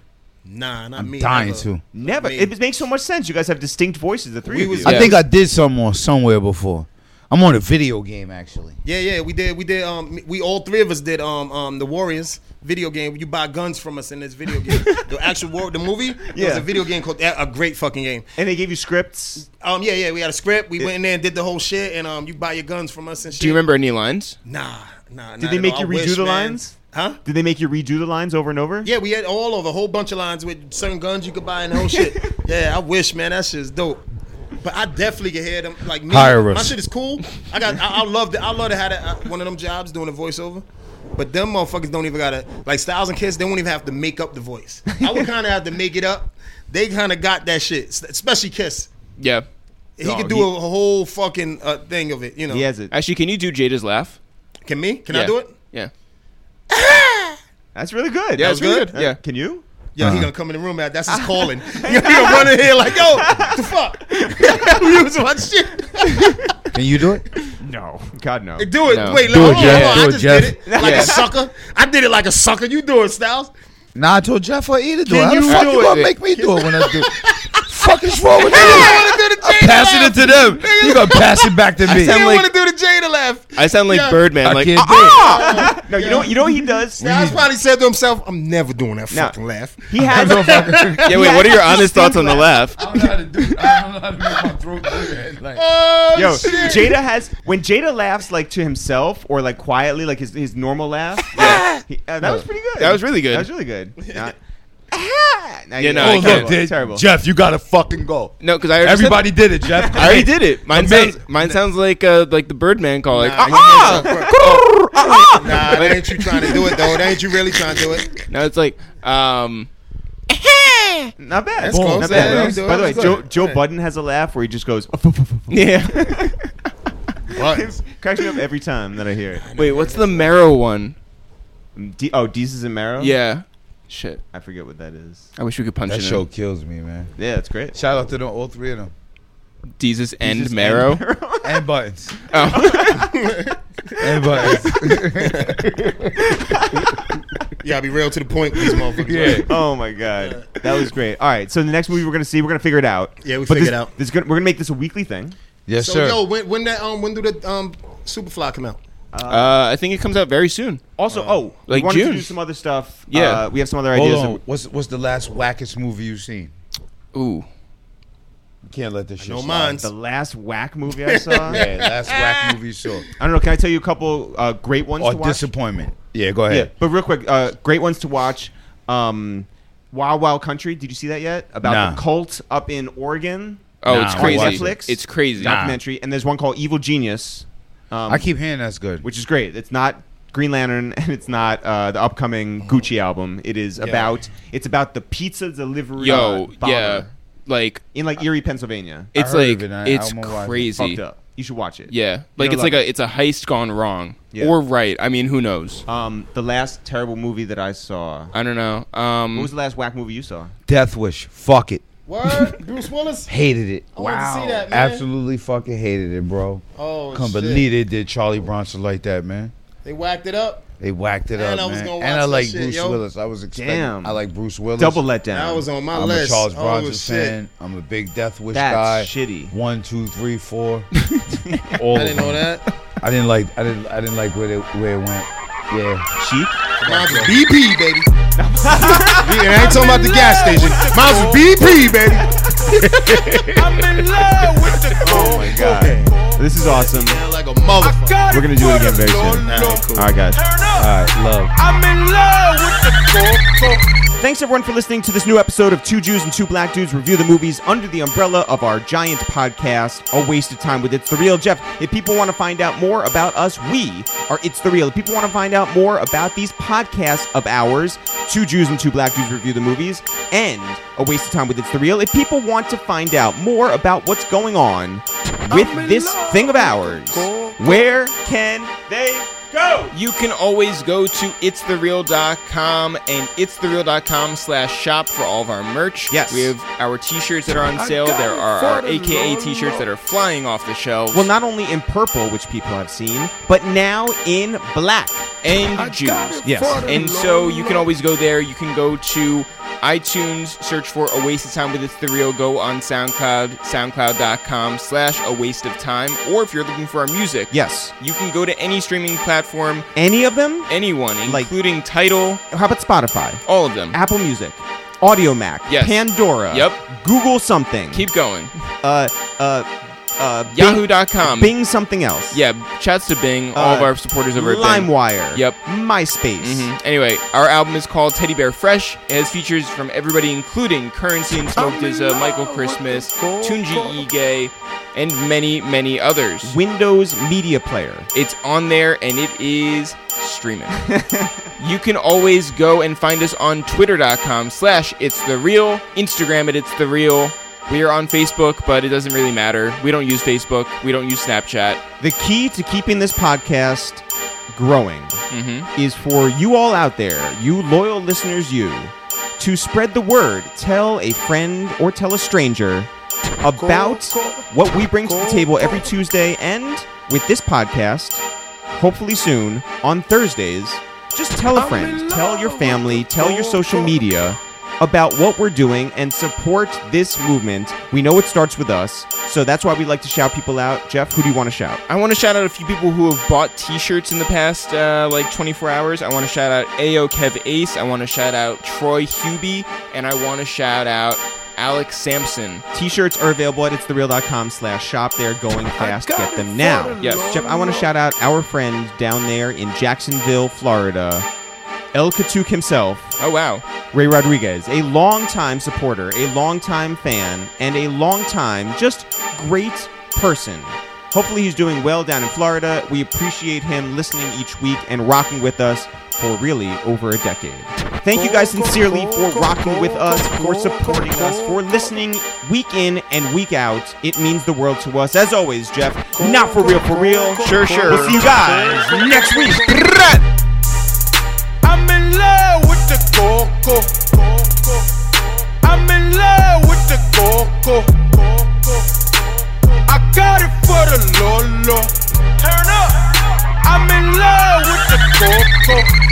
D: Nah, not me.
F: Dying
D: never.
F: to.
A: Never.
D: Me.
A: It makes so much sense. You guys have distinct voices, the three
D: We
A: of
D: was-
A: you.
F: I
B: Yeah.
F: think I did something on somewhere before. I'm on a video game actually.
D: Yeah, yeah, we did. We did. Um, we all three of us did. Um, um, the Warriors video game. You buy guns from us in this video game. the actual war, the movie. It was
A: Yeah.
D: a video game called a great fucking game.
A: and they gave you scripts.
D: Um, yeah, yeah, we had a script. We went in there and did the whole shit. And um, you buy your guns from us and shit.
B: Do you remember any lines?
D: Nah, nah.
A: Did they make you redo the lines?
D: Huh?
A: Did they make you redo the lines over and over?
D: Yeah, we had all over a whole bunch of lines with certain guns you could buy and the whole shit. yeah, I wish, man, that shit's dope. But I definitely can hear them. Like me,
F: Hire us.
D: my shit is cool. I got, I, I love that. I love to have that, uh, one of them jobs doing a voiceover. But them motherfuckers don't even gotta like Styles and Kiss. They won't even have to make up the voice. I would kind of have to make it up. They kind of got that shit, s- especially Kiss.
B: Yeah.
D: He could do a whole fucking uh, thing of it. You know,
A: He has it.
B: Actually, can you do Jada's laugh?
D: Can me? Can
B: yeah.
D: I do it?
B: Yeah.
A: That's really good.
B: Yeah,
A: That was
B: it's really good. Yeah.
A: Can you?
D: Yo, he gonna come in the room. That's his calling. he gonna run in here like, yo, what the fuck? we was my shit.
F: Can you do it?
A: No. God no.
D: Do it.
B: No.
D: Wait,
F: Do
D: hold
F: it,
D: on,
F: Jeff.
D: hold on.
F: Do
D: I
F: it,
D: just
F: Jeff.
D: did it like
B: Yeah.
D: a sucker. I did it like a sucker. You do it, Styles.
F: Nah, I told Jeff I either do it.
B: Can
F: How the
B: you
F: fuck
B: do
F: you gonna
B: it?
F: make me do it when I do? fuck is wrong with you? I'm passing it to them. You gonna pass it back to me?
B: sound
D: I
B: like-
D: want to do the Jada laugh.
B: I sound like
D: Yeah.
B: Birdman.
F: I
B: like
F: can't
D: uh-uh!
B: "Ah,
F: do
A: no,
F: it.
A: you know what you know what he does?
D: Styles probably said to himself, "I'm never doing that
A: No.
D: fucking laugh."
A: He has
B: ah." yeah. Wait. What are your honest thoughts on the laugh?
F: I don't know how to do. I don't know how to make my throat clear. Like,
D: Oh
A: Yo,
D: shit!
A: Jada has when Jada laughs like to himself or like quietly, like his, his normal laugh. Yeah, he, uh, that was pretty good.
B: That was really good.
A: That was really good. Not- Now
B: Yeah,
A: you-
B: no, I
A: terrible,
F: oh
B: can't.
F: look, dude,
A: terrible.
F: Jeff, you gotta fucking go.
B: No, because I already said-
F: Everybody did it, Jeff.
B: I already did it. Mine
F: Amazing.
B: sounds. Mine sounds like uh, like the Birdman call. Like,
D: Nah,
B: "Ah, ah!"
D: you made it up. Nah, that ain't you trying to do it though. That ain't you really trying to do it.
B: Now it's like, um,
A: Not bad.
D: That's close.
A: Not
D: Yeah,
A: bad.
D: that
A: By the way,
D: was
A: Joe,
D: good.
A: Joe Budden has a laugh where he just goes,
B: yeah.
D: Buttons.
A: cracks me up every time that I hear it.
B: Wait, what's the marrow one?
A: D- oh, Deezus and Marrow?
B: Yeah. Shit.
A: I forget what that is.
B: I wish we could punch
F: That
B: it
F: show
B: in.
F: kills me, man.
A: Yeah, that's great.
F: Shout out to them, all three of them,
B: Jesus and marrow.
F: and buttons,
B: Oh.
F: and buttons.
D: Yeah, I'll be real to the point with these motherfuckers.
F: Yeah.
A: Oh my god, that was great. All right, so the next movie we're gonna see, we're gonna figure it out.
D: Yeah, we
A: But
D: figure
A: this-
D: it out.
A: This is gonna, we're gonna make this a weekly thing.
F: Yes,
D: So
F: sir.
D: yo, when when that um when do the um Superfly come out?
B: Uh, I think it comes out very soon.
A: Also, oh,
B: like
A: we wanted
B: June.
A: to do some other stuff.
B: Yeah.
A: Uh, we have some other
F: Uh, Hold
A: ideas.
F: on. What's what's the last wackest movie you've seen?
B: Ooh.
F: You can't let this shit.
D: No
F: slide.
D: minds.
A: The last whack movie I saw.
F: Yeah, last whack movie you saw.
A: I don't know. Can I tell you a couple uh, great ones
F: Or
A: to watch?
F: disappointment. Yeah, go
A: Yeah,
F: ahead.
A: but real quick, uh, great ones to watch. Um, Wild Wild Country. Did you see that yet? About
F: Nah.
A: the cult up in Oregon.
B: Oh,
F: Nah,
B: it's
F: I
B: crazy.
A: watched it.
B: It's crazy.
A: documentary, and there's one called Evil Genius, um,
F: I keep hearing that's good.
A: which is great. It's not Green Lantern, and it's not uh, the upcoming Gucci album. It is about it's about the pizza delivery. uh,
B: Yo,
A: bomber
B: yeah. Like
A: in like Erie, Pennsylvania.
B: it's like
F: heard of it, I- I
B: it's
F: almost watched it.
B: crazy.
A: Fucked up. You should watch it.
B: Yeah. Like
A: You'll
B: it's like
A: love
B: a it's a heist gone wrong
A: Yeah.
B: or right. I mean, who knows?
A: Um, the last terrible movie that I saw.
B: I don't know. Um
A: What was the last whack movie you saw?
F: Death Wish. Fuck it.
D: Word, Bruce Willis.
F: Hated it.
D: I wanted to see that, man.
F: Absolutely fucking hated it, bro.
D: Oh,
F: Couldn't
D: shit.
F: believe they did Charlie Bronson like that, man.
D: They whacked it up.
F: They whacked it
D: Man,
F: up,
D: I was
F: man.
D: gonna
F: and I
D: watch
F: like
D: that shit,
F: Bruce
D: yo.
F: Willis. I was expecting.
A: Damn.
F: I like Bruce Willis.
A: Double letdown.
D: That was on my
F: I'm
D: list.
F: a Charles
D: Oh,
F: Bronson
D: shit.
F: fan. I'm a big Death Wish
A: That's
F: guy.
A: shitty.
F: One, two, three, four. All
D: I
F: of
D: didn't know
F: them.
D: that.
F: I didn't like. I didn't. I didn't like where they, where it went. Yeah.
A: Cheap.
D: Mine's was BP, baby. We- and I ain't talking about the gas station. Mine's was BP, baby.
F: Oh my god.
A: This is awesome.
D: Sound like a motherfucker.
A: We're gonna do it again very soon. All right, guys.
F: All right, love.
A: Thanks everyone for listening to this new episode of Two Jews and Two Black Dudes review the movies under the umbrella of our giant podcast, A Waste of Time with It's the Real Jeff. If people want to find out more about us, we are It's the Real. If people want to find out more about these podcasts of ours, Two Jews and Two Black Dudes review the movies, and A Waste of Time with It's the Real. If people want to find out more about what's going on with this thing of ours, where can they go?
B: you can always go to itsthereal.com and itsthereal.com slash shop for all of our merch.
A: Yes.
B: We have our t-shirts that are on sale. There are our AKA t-shirts that are flying off the shelves.
A: Well, not only in purple, which people have seen, but now in black.
B: and Jews.
A: Yes.
B: And so you can always go there. You can go to iTunes, search for A Waste of Time with It's The Real. Go on SoundCloud, soundcloud.com slash A Waste of Time. Or if you're looking for our music,
A: Yes.
B: you can go to any streaming platform,
A: Any of them?
B: anyone,
A: Like-
B: including Title,
A: How about Spotify,
B: all of them.
A: Apple Music, Audiomac,
B: Yes.
A: Pandora,
B: Yep.
A: Google something,
B: Keep going.
A: uh, uh, uh, Bing-
B: Yahoo.com.
A: Bing something else,
B: Yeah, chats to Bing, all of
A: Uh,
B: our supporters over at Bing.
A: LimeWire,
B: Yep.
A: MySpace.
B: Mhm. Anyway, our album is called Teddy Bear Fresh. It has features from everybody, including Currency and Smoked as uh, Michael Christmas, Tunji Ige, and many, many others.
A: Windows Media Player.
B: It's on there and it is streaming. you can always go and find us on twitter.com slash it's the real, Instagram at it's the real. We are on Facebook, but it doesn't really matter. We don't use Facebook. We don't use Snapchat.
A: The key to keeping this podcast growing
B: hmm
A: is for you all out there, you loyal listeners, you, to spread the word. Tell a friend or tell a stranger about what we bring to the table every Tuesday and with this podcast, hopefully soon, on Thursdays. Just tell a friend, tell your family, tell your social media about what we're doing and support this movement. We know it starts with us, so that's why we like to shout people out. Jeff, who do you want to shout?
B: I want to shout out a few people who have bought T-shirts in the past uh, like 24 hours. I want to shout out Ao Kev Ace. I want to shout out Troy Hubie, and I want to shout out Alex Sampson.
A: T-shirts are available at itsthereal.com slash shop. They're going fast. Get them now.
B: Yes.
A: Jeff, I want to shout out our friend down there in Jacksonville, Florida, El Katuk himself,
B: Oh wow,
A: Ray Rodriguez, a longtime supporter, a longtime fan, and a longtime just great person. Hopefully he's doing well down in Florida. We appreciate him listening each week and rocking with us for really over a decade. Thank you guys sincerely for rocking with us, for supporting us, for listening week in and week out. It means the world to us. As always, Jeff, not for real, for real.
B: Sure, sure.
A: We'll see you guys next week.
I: I'm in love with the coco. I'm in love with the coco. I got it for the lolo. Turn up. I'm in love with the coco.